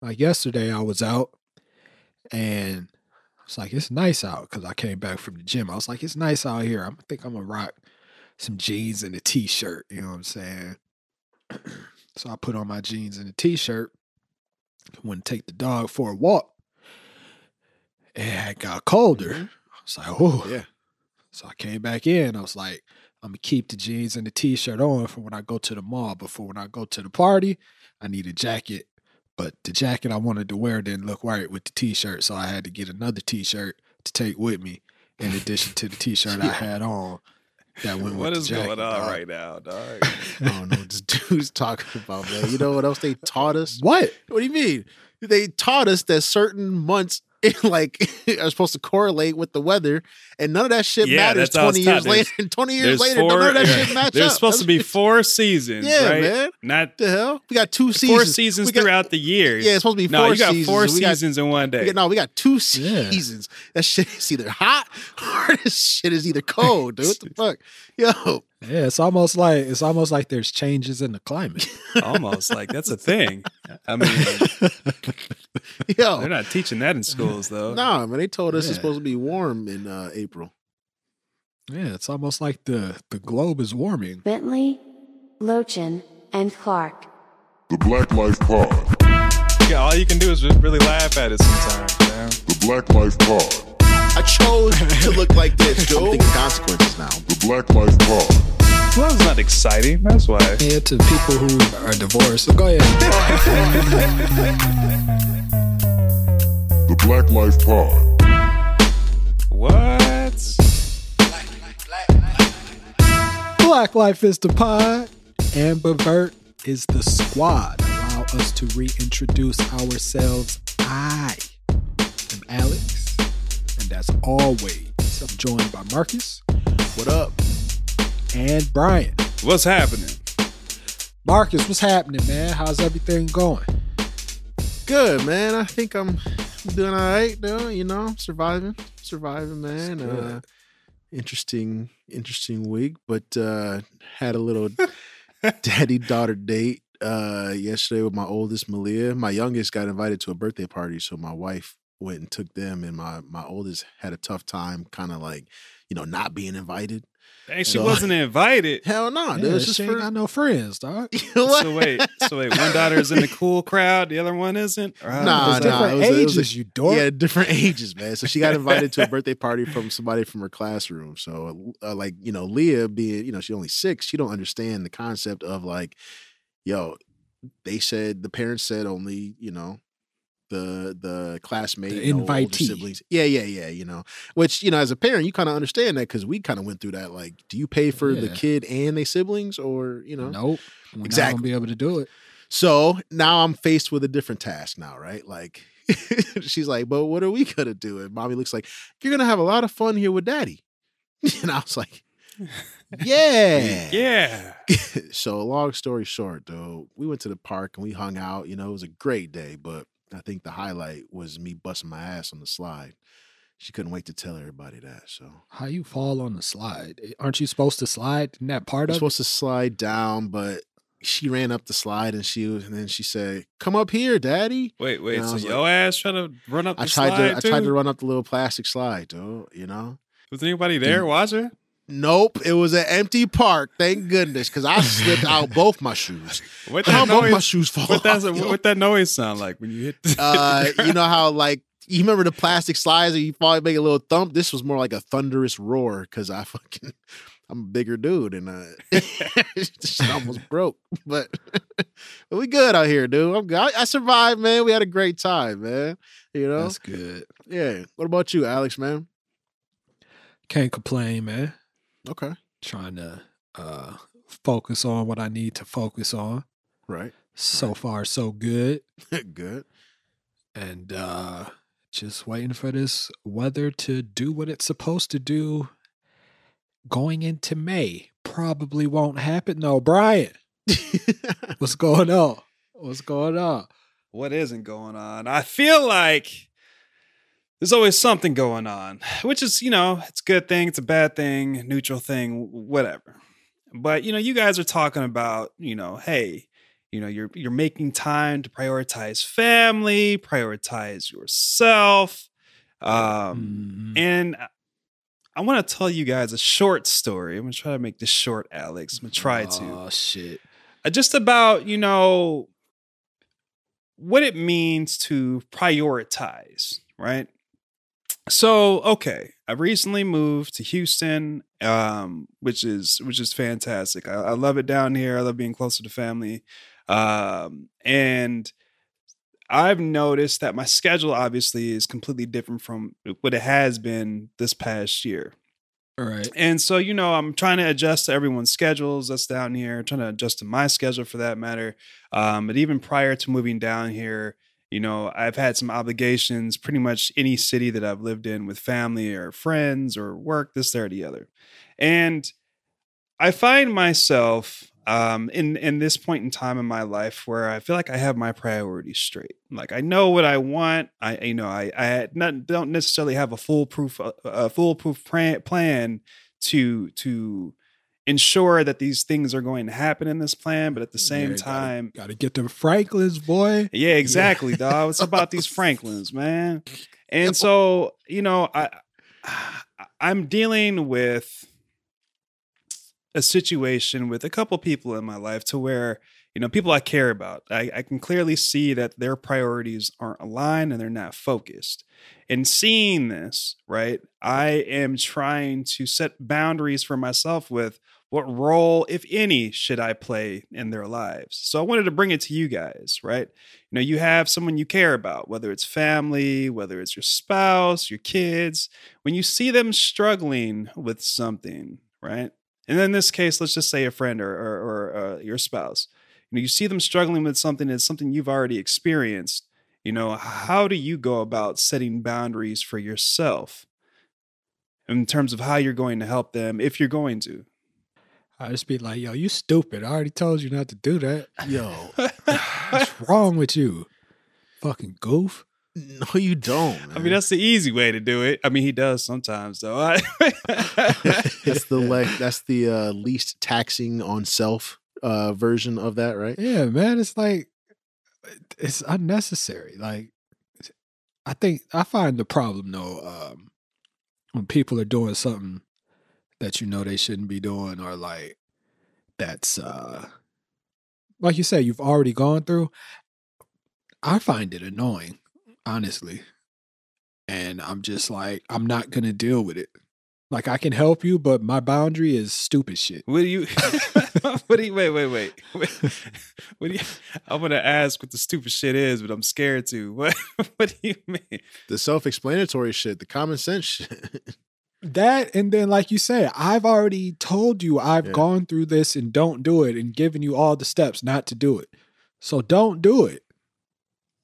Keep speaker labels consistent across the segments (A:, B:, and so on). A: Like yesterday, I was out and it's like, it's nice out because I came back from the gym. I was like, it's nice out here. I think I'm going to rock some jeans and a t shirt. You know what I'm saying? so I put on my jeans and a t shirt. Wouldn't take the dog for a walk. And it got colder. I was like, oh.
B: Mm-hmm. Yeah.
A: So I came back in. I was like, I'm gonna keep the jeans and the t-shirt on for when I go to the mall. But for when I go to the party, I need a jacket. But the jacket I wanted to wear didn't look right with the t-shirt, so I had to get another t-shirt to take with me, in addition to the t-shirt I had on. That went
B: What
A: with
B: is
A: the jacket,
B: going on
A: dog.
B: right now, dog?
C: I don't know what this dude's talking about, man. You know what else they taught us?
A: What?
C: What do you mean? They taught us that certain months like are supposed to correlate with the weather, and none of that shit
B: Yeah,
C: matters
B: that's how it's
C: twenty years
B: taught. There's-
C: later. And twenty years later, none of that shit match
B: there's
C: up.
B: supposed to be four seasons,
C: yeah,
B: right?
C: man.
B: Not
C: the hell? We got two seasons.
B: four seasons
C: We got-
B: throughout the year.
C: Yeah, it's supposed to be
B: no,
C: four
B: you got
C: seasons.
B: four
C: We got-
B: seasons in one
C: we
B: day.
C: got- no, we got two
A: Yeah.
C: seasons. That shit is either hot or this shit is either cold, dude. What the fuck? Yo,
A: Yeah, it's almost like it's almost like there's changes in the climate.
B: Almost like that's a thing. I mean,
C: yo.
B: they're not teaching that in schools though.
C: Nah, man, they told us
A: Yeah.
C: it's supposed to be warm in uh, April.
A: Yeah, it's almost like the the globe is warming.
D: Bentley, Lochin, and Clark.
E: The Black Life Pod.
F: Yeah, all you can do is just really laugh at it sometimes, man.
E: The Black Life Pod.
C: I chose to look like this, dude. I'm thinking consequences now.
E: The Black Life Pod.
F: Love's not exciting, that's why.
A: Yeah, to people who are divorced. So go ahead.
E: The Black Life Pod.
F: What?
A: Black Life is the pod. Amber Burt is the squad. Allow us to reintroduce ourselves. I am Alex. And as always, I'm joined by Marcus
C: What up?
A: and Brian.
F: What's happening?
A: Marcus, what's happening, man? How's everything going?
C: Good, man. I think I'm doing all right, though. You know, surviving, surviving, man. Uh, interesting, interesting week, but uh, had a little daddy daughter date uh, yesterday with my oldest, Malia. My youngest got invited to a birthday party, so my wife went and took them, and my my oldest had a tough time, kind of like, you know, not being invited.
B: Hey, she
C: So-
B: wasn't invited.
C: Hell no,
A: Yeah,
C: dude. It's just
A: she
C: for
A: ain't got no friends, dog.
C: You know what?
B: So wait, so wait, one daughter is in the cool crowd, the other one isn't. Or how
C: Nah,
B: does
A: There's
B: that-
C: nah, it
A: different
C: was a- it was
A: ages,
C: a-
A: you dork.
C: Yeah, different ages, man. So she got invited to a birthday party from somebody from her classroom. So, uh, like, you know, Leah being, you know, she's only six, she don't understand the concept of like, yo, they said the parents said only, you know, the the classmate,
A: The
C: you know, older
A: invitee.
C: siblings. Yeah, yeah, yeah. You know, which you know, as a parent, you kind of understand that because we kind of went through that. Like, do you pay for the
A: Yeah.
C: kid and they siblings, or you know,
A: Nope. We're not
C: Exactly.
A: gonna be able to do it.
C: so now I'm faced with a different task now, right? Like she's like, but what are we gonna do? And mommy looks like, you're gonna have a lot of fun here with daddy. And I was like, Yeah.
B: yeah.
C: So long story short, though, we went to the park and we hung out. You know, it was a great day, but I think the highlight was me busting my ass on the slide. She couldn't wait to tell everybody that. So
A: How you fall on the slide? Eh, Aren't you supposed to slide in that part
C: We're
A: of it?
C: supposed to slide down, but she ran up the slide and she was, and then she said, Come up here, daddy.
B: Wait,
C: And
B: wait.
C: I
B: So
C: was like-
B: your ass trying to run up the
C: I tried
B: slide
C: to I tried
B: too?
C: to run up the little plastic slide, dude. You know.
B: Was anybody there watching?
C: Nope, it was an empty park. Thank goodness, because I slipped out both my shoes.
B: What
C: How
B: that
C: both my
B: noise?
C: shoes fall
B: What that?
C: off, yo?
B: What that noise sound like when you hit? The,
C: uh, you know how like you remember the plastic slides and you probably make a little thump. This was more like a thunderous roar because I fucking I'm a bigger dude and uh, shit almost broke. But, but we good out here, dude. I'm good. I, I survived, man. We had a great time, man. You know,
A: That's good.
C: yeah. What about you, Alex, man?
A: Can't complain, man.
C: Okay,
A: trying to uh focus on what I need to focus on.
C: right,
A: So far so good.
C: good.
A: And uh just waiting for this weather to do what it's supposed to do going into May. Probably won't happen though. Brian, what's going on? What's going on?
B: what isn't going on? I feel like there's always something going on, which is, you know, it's a good thing, it's a bad thing, neutral thing, whatever. But, you know, you guys are talking about, you know, hey, you know you're you're making time to prioritize family prioritize yourself um
A: Mhm.
B: and I- i want to tell you guys a short story i'm gonna try to make this short alex i'm gonna try to
A: Oh shit.
B: Uh, just about you know what it means to prioritize right so okay i recently moved to houston um which is which is fantastic i, I love it down here i love being closer to family um and I've noticed that my schedule obviously is completely different from what it has been this past year.
A: All right.
B: And so, you know, I'm trying to adjust to everyone's schedules that's down here, trying to adjust to my schedule for that matter. Um, but even prior to moving down here, you know, I've had some obligations pretty much any city that I've lived in with family or friends or work, this, there, or the other. And I find myself um, in, in this point in time in my life where I feel like I have my priorities straight. Like I know what I want. I, you know, I, I not, don't necessarily have a foolproof, a, a foolproof plan, plan to to ensure that these things are going to happen in this plan but at the same
A: Yeah, gotta-
B: time
A: Gotta, get the Franklins, boy.
B: yeah exactly dog it's about these franklins man and so you know i I- i'm dealing with a situation with a couple people in my life to where you know people i care about I, I can clearly see that their priorities aren't aligned and they're not focused and seeing this right i am trying to set boundaries for myself with what role if any should i play in their lives so i wanted to bring it to you guys right you know you have someone you care about whether it's family whether it's your spouse your kids when you see them struggling with something right and in this case, let's just say a friend or or, or uh, your spouse. You know, you see them struggling with something that's something you've already experienced. You know, how do you go about setting boundaries for yourself in terms of how you're going to help them, if you're going to?
A: I just be like, yo, you stupid. I already told you not to do that.
C: Yo,
B: I
A: What's wrong with you? Fucking goof.
C: no, you don't.
B: mean, that's the easy way to do it. I mean, he does sometimes, though. I-
C: that's, that's the like that's the uh, least taxing on self uh, version of that, right?
A: Yeah, man. It's like it's unnecessary. Like I think I find the problem though, um, when people are doing something that you know they shouldn't be doing or like that's uh like you said, you've already gone through. I find it annoying, honestly. And I'm just like, I'm not gonna deal with it. Like I can help you, but my boundary is stupid shit.
B: What do you? what do you? Wait, wait, wait. Wait. What do you? I'm gonna ask what the stupid shit is, but I'm scared to. What? What do you mean?
C: The self-explanatory shit, the common sense shit.
A: That and then, like you said, I've already told you I've
C: Yeah.
A: gone through this and don't do it, and given you all the steps not to do it. So don't do it.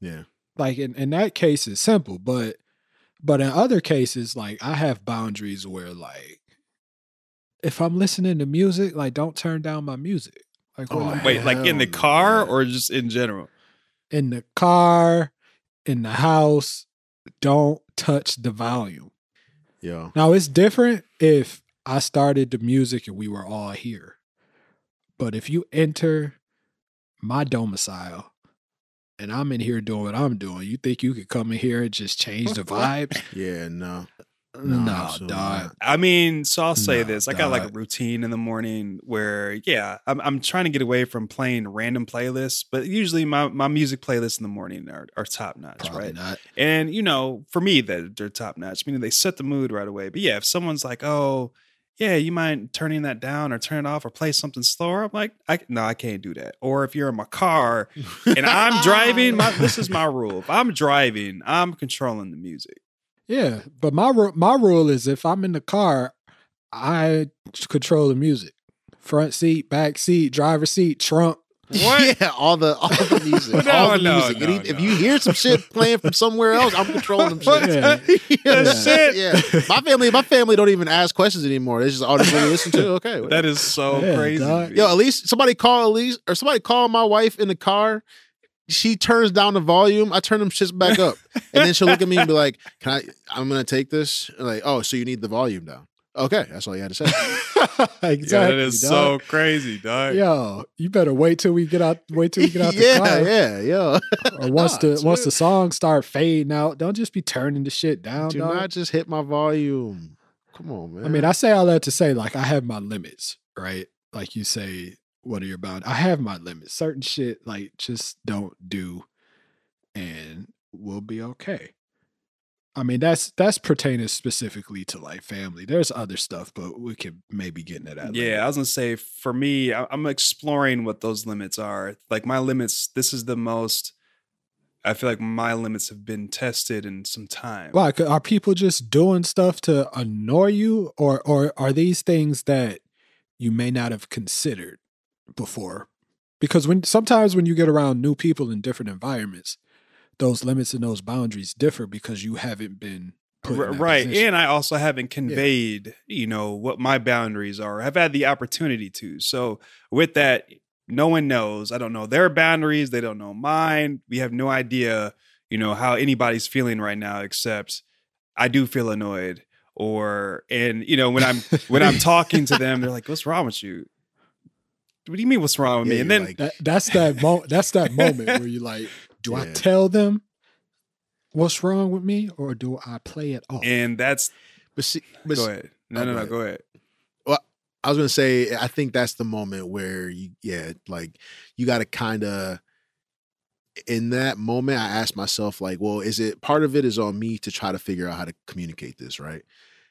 C: yeah,
A: Like in, in that case, it's simple, but but in other cases, like I have boundaries where like if I'm listening to music, like don't turn down my music. Like
C: Oh,
A: when I'm
B: Wait, like in the
C: Hell no,
B: car
C: man.
B: or just in general?
A: in the car, in the house, don't touch the volume.
C: yo,
A: Now it's different if I started the music and we were all here. But if you enter my domicile and I'm in here doing what I'm doing, you think you could come in here and just change the vibes?
C: yeah, no,
A: no,
C: absolutely
A: dog.
C: not.
B: I mean, so I'll say
A: No,
B: this: I got like a
A: dog.
B: routine in the morning where, yeah, I'm, I'm trying to get away from playing random playlists, but usually my my music playlists in the morning are, are top notch,
A: Probably
B: right?
A: not.
B: And you know, for me, that they're top notch, meaning they set the mood right away. But yeah, if someone's like, "Oh, yeah, you mind turning that down or turn it off or play something slower," I'm like, I, "No, I can't do that." Or if you're in my car and I'm driving, my, this is my rule: if I'm driving, I'm controlling the music.
A: Yeah, but my ru- my rule is if I'm in the car, I control the music. Front seat, back seat, driver seat, trunk.
B: What?
C: Yeah, all the all the music,
B: No,
C: all the
B: no,
C: music.
B: no,
C: And if- if
B: no.
C: you hear some shit playing from somewhere else, I'm controlling them
B: What?
C: shit.
A: Yeah.
B: That shit.
C: Yeah, my family, my family don't even ask questions anymore. They just all just really listen to. Okay, whatever.
B: That is so
A: Yeah,
B: crazy.
A: dog.
B: man.
C: Yo, at least somebody call Elise or somebody call my wife in the car. She turns down the volume. I turn them shits back up, and then she'll look at me and be like, "Can I? I'm gonna take this." And like, oh, so you need the volume down? Okay, that's all you had to say.
A: exactly.
F: Yeah, that is
A: dog.
F: so crazy, dog.
A: Yo, you better wait till we get out. Wait till we get out the
C: yeah,
A: car.
C: yeah, yeah.
A: Or once
C: No,
A: the
C: it's
A: once
C: real.
A: the songs start fading out, don't just be turning the shit down.
C: Do
A: dog.
C: not just hit my volume. Come on, man.
A: I mean, I say all that to say, like, I have my limits, right? Like you say, what are your bounds? I have my limits. Certain shit, like, just don't do, and we'll be okay. I mean, that's that's pertaining specifically to like family. There's other stuff, but we could maybe get into that. later.
B: Yeah, I was gonna say for me, I- I'm exploring what those limits are. Like my limits, this is the most. I feel like my limits have been tested in some time.
A: Why c- are people just doing stuff to annoy you, or or are these things that you may not have considered before? Because when sometimes when you get around new people in different environments, those limits and those boundaries differ because you haven't been put
B: R-
A: in that
B: right,
A: position.
B: and I also haven't conveyed, you know, what my boundaries are. I've had the opportunity to. So with that, no one knows. I don't know their boundaries. They don't know mine. We have no idea, you know, how anybody's feeling right now. Except, I do feel annoyed. Or and you know when I'm when I'm talking to them, they're like, "What's wrong with you? What do you mean? What's wrong with
C: Yeah,
B: me?" And
C: you're
B: then
C: like,
A: That, that's that mo- that's that moment where you like, do I
C: Yeah.
A: tell them what's wrong with me, or do I play it off?
B: and that's
C: but see, but
B: go
C: see-
B: ahead. No,
C: oh,
B: no,
C: go
B: no,
C: ahead.
B: go ahead.
C: I was gonna say, I think that's the moment where you, yeah, like you got to kind of. In that moment, I asked myself, like, well, is it part of it is on me to try to figure out how to communicate this, right?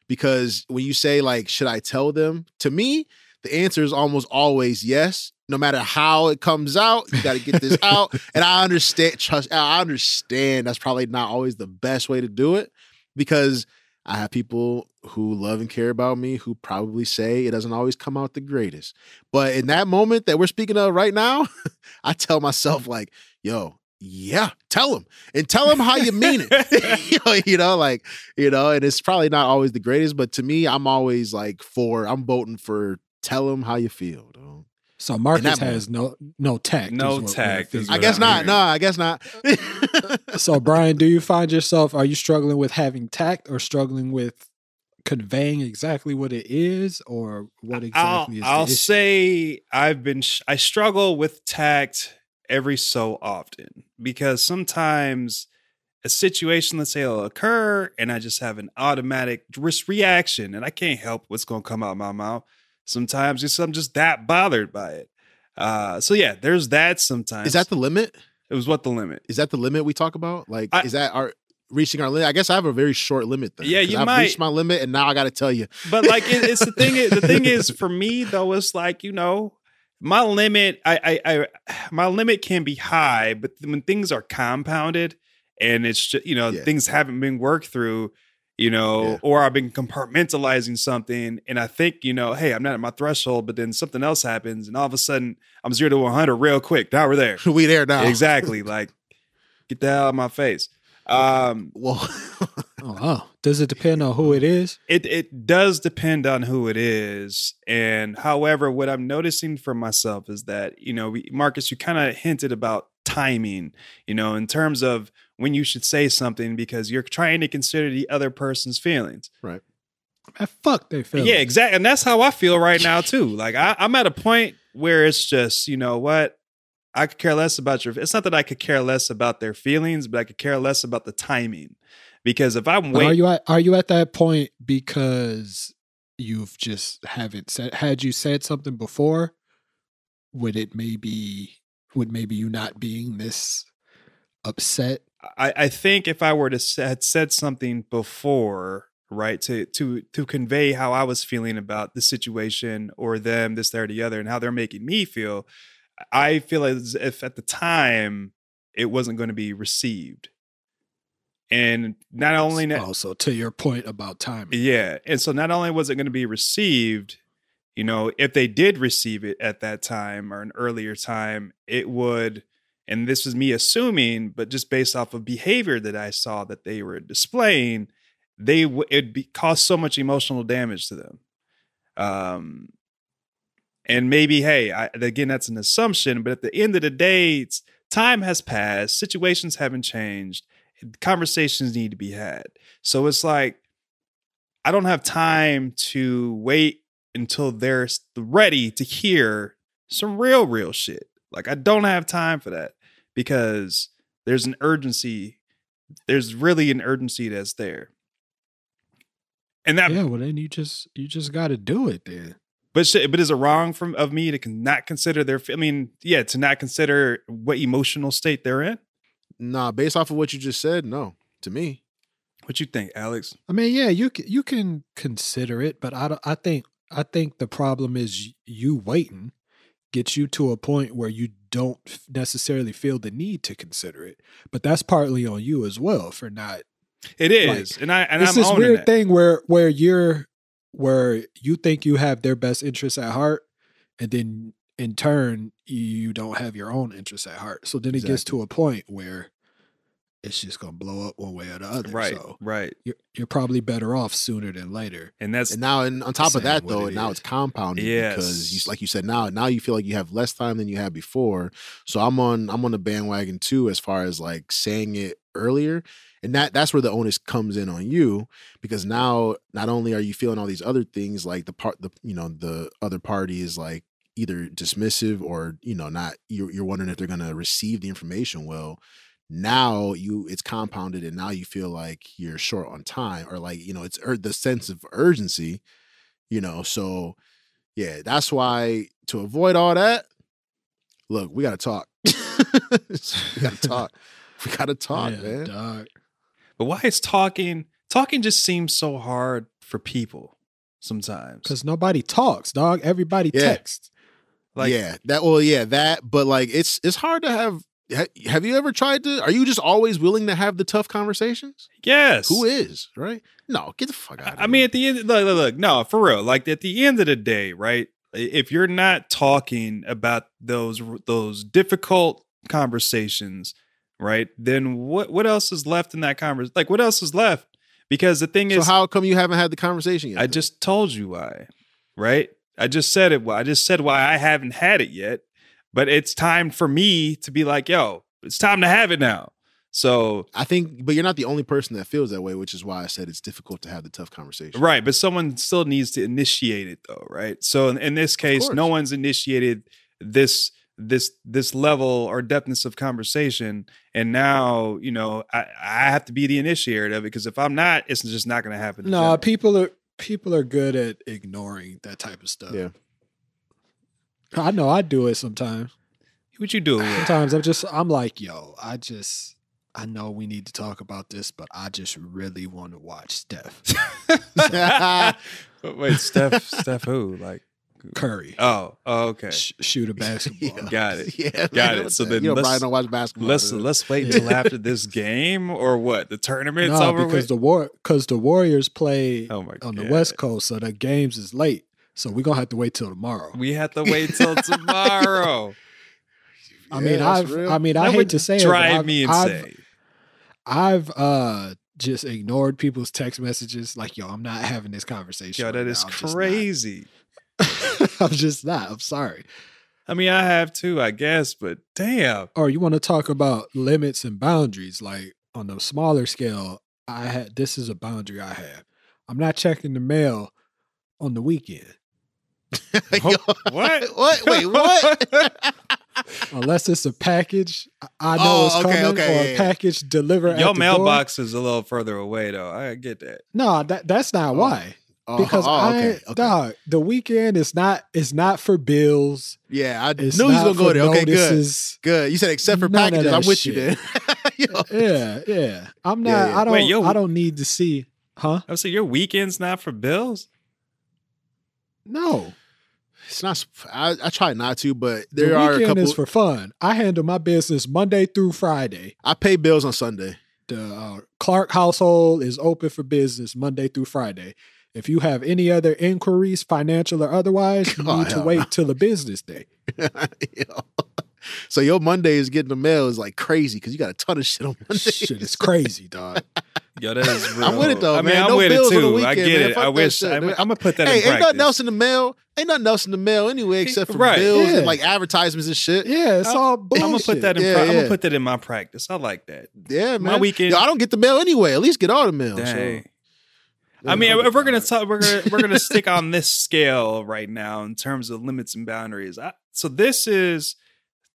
C: Because when you say like, should I tell them? To me, the answer is almost always yes. No matter how it comes out, you got to get this out. And I understand, trust. I understand that's probably not always the best way to do it because I have people who love and care about me who probably say it doesn't always come out the greatest. But in that moment that we're speaking of right now, I tell myself, like, yo, yeah, tell them and tell them how you mean it. you, know, you know, like, you know, and it's probably not always the greatest, but to me, I'm always like for, I'm voting for tell them how you feel. dog.
A: so Marcus
C: that
A: has no no tact. is
B: No
A: what we're
B: tact
A: figuring
B: is
C: I
B: what
A: out.
C: guess not.
B: hearing.
C: No, I guess not.
A: so brian do you find yourself are you struggling with having tact or struggling with conveying exactly what it is or what exactly is
B: I'll, I'll
A: the issue?
B: say I've been sh- I struggle with tact every so often because sometimes a situation let's say will occur and I just have an automatic risk reaction and I can't help what's going to come out of my mouth. Sometimes just I'm just that bothered by it. Uh, so yeah, there's that sometimes.
C: is that the limit?
B: it was what the limit?
C: Is that the limit we talk about? Like,
B: I-
C: is that our reaching our limit? I guess I have a very short limit. Then,
B: Yeah,
C: 'cause
B: you
C: I've
B: might-
C: reached my limit, and now I got to tell you.
B: but like it, it's the thing is the thing is for me though it's like you know my limit I, I i my limit can be high but when things are compounded and it's just you know
C: Yeah.
B: things haven't been worked through you know
C: Yeah.
B: or i've been compartmentalizing something and i think you know hey i'm not at my threshold but then something else happens and all of a sudden i'm zero to 100 real quick now we're there
C: we there now?
B: exactly like get that out of my face um
C: Well,
A: oh, wow. does it depend on who it is
B: It it does depend on who it is, and however, what I'm noticing for myself is that you know, we, Marcus, you kind of hinted about timing, you know, in terms of when you should say something because you're trying to consider the other person's feelings.
A: Man, fuck they feel
B: Yeah, exactly, and that's how I feel right now too. Like I, I'm at a point where it's just, you know, what I could care less about your. It's not that I could care less about their feelings, but I could care less about the timing because if I'm
A: But
B: waiting.
A: are you at, are you at that point because you've just haven't said had you said something before would it maybe would maybe you not being this upset
B: I, I think if I were to s- had said something before, right, to to to convey how I was feeling about the situation or them, this, that, or the other, and how they're making me feel, I feel as if at the time it wasn't going to be received. And not only that,
A: also to your point about timing
B: yeah. And so not only was it going to be received, you know, if they did receive it at that time or an earlier time, it would, and this is me assuming, but just based off of behavior that I saw that they were displaying, they would it'd be cause so much emotional damage to them. Um and maybe, hey, I, again, that's an assumption, but at the end of the day, it's, time has passed, situations haven't changed, conversations need to be had. So it's like I don't have time to wait until they're s- ready to hear some real, real shit. Like, I don't have time for that because there's an urgency. There's really an urgency that's there. And that,
A: yeah, well then you just you just gotta do it then.
B: but shit, but is it wrong from of me to con- not consider their? fe- I mean, yeah, to not consider what emotional state they're in.
C: Nah, based off of what you just said, no. To me,
B: What you think, Alex?
A: I mean, yeah, you c- you can consider it, but I don't, I think I think the problem is y- you waiting gets you to a point where you don't f- necessarily feel the need to consider it. But that's partly on you as well for not
B: It is, and I and
A: it's
B: I'm
A: this
B: owning
A: weird
B: that.
A: thing where where you're where you think you have their best interests at heart, and then in turn you don't have your own interests at heart. So then it gets to a point where it's just gonna blow up one way or the other.
B: right,
A: So
B: right,
A: you're you're probably better off sooner than later.
B: and that's
C: and now and on top of
A: Saying
C: that
A: what
C: though,
A: it
C: now
A: is.
C: it's compounded because
B: Yes.
C: you, like you said, now now you feel like you have less time than you had before. So I'm on I'm on the bandwagon too as far as like saying it earlier, and that that's where the onus comes in on you because now not only are you feeling all these other things like the part the you know the other party is like either dismissive or you know not you're, you're wondering if they're going to receive the information well now you it's compounded and now you feel like you're short on time or like you know it's ur- the sense of urgency you know so yeah that's why to avoid all that look we gotta talk we gotta talk we gotta talk
A: Yeah,
C: man
A: dog.
B: But why is talking talking just seems so hard for people sometimes?
A: Because nobody talks, dog. Everybody
C: Yeah.
A: texts.
B: Like
C: yeah, that well, yeah, that. But like, it's it's hard to have. ha- Have you ever tried to? Are you just always willing to have the tough conversations?
B: yes.
C: Who is right? No, get the fuck out.
B: I mean, at the end, look, look, look, no, for real. Like at the end of the day, right? If you're not talking about those those difficult conversations, right? Then what what else is left in that conversation? Like what else is left? Because the thing
C: so
B: is,
C: how come you haven't had the conversation yet?
B: I
C: then?
B: just told you why, right? I just said it. Why I just said why I haven't had it yet, but it's time for me to be like, yo, it's time to have it now. So
C: I think, but you're not the only person that feels that way, which is why I said it's difficult to have the tough conversation.
B: right, but someone still needs to initiate it though, right? So in, in this case, no
C: course.
B: one's initiated this this this level or depthness of conversation, and now you know I, I have to be the initiator of it because if I'm not, it's just not going to happen. in
A: No,
B: general.
A: people are people are good at ignoring that type of stuff.
C: Yeah.
A: I know I do it sometimes.
B: what you do?
A: Sometimes I'm just I'm like, yo, I just I know we need to talk about this, but I just really want to watch Steph
B: Wait, Steph, Steph, who like?
A: Curry
B: Oh, oh, okay.
A: sh- shoot a basketball.
C: Yeah.
B: Got it.
C: Yeah,
B: Got
C: man,
B: it.
C: what
B: So
C: the-
B: then
C: you know,
B: let's-
C: Brian don't watch basketball.
B: Let's
C: dude.
B: let's wait until after this game or what? The tournament's
A: no,
B: over
A: because
B: with.
A: the war because the Warriors play
B: oh my
A: on the
B: God.
A: West Coast, so the games is late. So we're gonna have to wait till tomorrow.
B: We have to wait till tomorrow.
A: I
C: Yeah,
A: mean,
C: that's
A: I've
C: real.
A: I mean, I
B: That
A: hate
B: would
A: to say it, but
B: drive
A: I've-
B: me
A: I've-
B: insane.
A: I've uh just ignored people's text messages. Like, yo, I'm not having this conversation.
B: Yo,
A: right
B: that
A: now.
B: is
A: I'm just not."
B: crazy.
A: I'm just not. I'm sorry.
B: I mean, I have too, I guess, but damn.
A: Or you want to talk about limits and boundaries? Like on a smaller scale, I had this is a boundary I have. I'm not checking the mail on the weekend
C: Yo,
B: What?
C: what? Wait, what?
A: unless it's a package I- I know
C: Oh,
A: it's
C: okay,
A: coming
C: okay,
A: or
C: yeah,
A: a
C: yeah.
A: package delivered. at
B: Your
A: the
B: mailbox is a little further away though. I get that.
A: Door. No, that that's not why.
C: Oh,
A: Because
C: oh,
A: I
C: okay, okay.
A: dog the weekend is not is not for bills.
C: yeah, I knew he was
A: It's
C: gonna
A: not
C: go
A: for
C: there. Okay, good.
A: notices.
C: Good. You said except for
A: None of
C: packages.
A: that
C: I'm with you
A: shit.
C: then. Yo.
A: yeah, yeah. I'm not.
C: Yeah, yeah.
A: I don't.
B: Wait, yo-
A: I don't need to see. Huh?
B: I'm saying Oh, your weekend's not for bills.
A: No.
C: It's not. sp- I, I try not to, but
A: The
C: there are a
A: weekend
C: couple.
A: is for fun. I handle my business Monday through Friday.
C: I pay bills on Sunday.
A: The uh, Clark household is open for business Monday through Friday. If you have any other inquiries, financial or otherwise, you
C: Oh,
A: need to
C: hell
A: wait
C: no.
A: till the business day.
C: Yo. So your Monday is getting the mail is like crazy because you got a ton of shit on Monday.
A: Shit is crazy, dog.
B: Yo, that is real.
C: I'm with it though,
B: I mean,
C: man.
B: I'm
C: No
B: with
C: bills
B: it
C: on the
B: too. I
C: weekend,
B: get
C: man.
B: it.
C: Fuck
B: I
C: that
B: wish
C: shit,
B: I'm,
C: man.
B: I'm gonna put that
C: hey,
B: in
C: ain't
B: practice.
C: nothing else in the mail. Ain't nothing else in the mail anyway except for
B: Right.
C: bills
A: Yeah.
C: and like advertisements and shit. Yeah,
A: Yeah, it's
B: I'm-
A: all bullshit.
B: I'm gonna put that in.
C: Yeah,
B: pra- I'm
C: yeah.
B: gonna put that in my practice. I like that.
C: man.
B: My weekend-
C: Yo, I don't get the mail anyway. At least get all the mail. so-
B: Dang. I mean, if we're gonna talk, we're gonna we're gonna stick on this scale right now in terms of limits and boundaries. I, so this is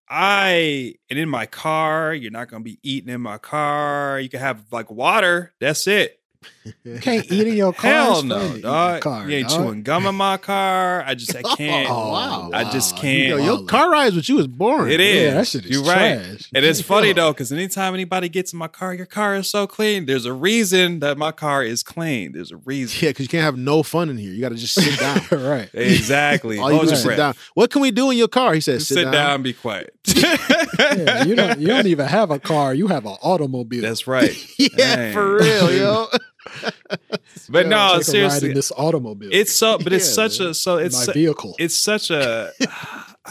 B: I and in my car. You're not gonna be eating in my car. You can have like water. That's it.
A: You can't eat in your car.
B: Hell
A: it's funny to eat
B: no,
A: in
B: dog.
A: your car,
B: you ain't
A: dog.
B: chewing gum in my car. I just I can't.
A: Oh, wow,
B: I just
A: wow.
B: can't.
C: Yo, your car rides with you is boring.
B: It is.
A: Yeah, that shit is
B: You're right.
A: trash.
B: It is
A: Yeah.
B: funny though, because anytime anybody gets in my car, your car is so clean. There's a reason that my car is clean. There's a reason.
C: Yeah, because you can't have no fun in here. You got to just sit down.
A: right.
B: Exactly.
C: All you
B: Hold
C: do
B: your
C: is sit
B: breath.
C: down. What can we do in your car? He said,
B: Sit, down. be quiet.
A: Yeah, you don't. You don't even have a car. You have an automobile.
B: That's right.
C: Yeah,
B: Dang.
C: for real, yo.
B: But
A: Yeah, take a ride
B: no,
A: in
B: Oh, seriously.
A: this automobile.
B: It's so but it's
C: Yeah,
B: such
A: man.
B: a so it's
A: my
B: su-
A: vehicle.
B: it's such a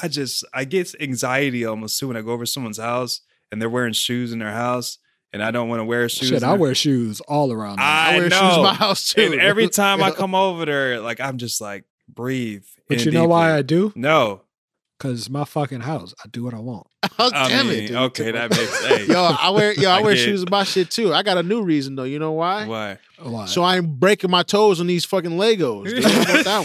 B: I just I get anxiety almost too when I go over to someone's house and they're wearing shoes in their house and I don't want to wear shoes.
A: shit.
B: in
A: I
B: their-
A: wear shoes all around.
B: I,
C: I wear
B: know.
C: shoes in my house too.
B: And every time I come over there, like I'm just like breathe.
A: but
B: in
A: you know why I
B: deeply.
A: do?
B: no.
A: Because it's my fucking house. I do what I want.
C: oh,
B: I
C: damn
B: mean,
C: it. dude.
B: okay, that makes hey,
C: Yo, I wear yo, I,
B: I
C: wear
B: get it.
C: shoes in my shit too. I got a new reason though. You know why?
B: why?
A: Why?
C: So I ain't breaking my toes on these fucking Legos. dude. How about that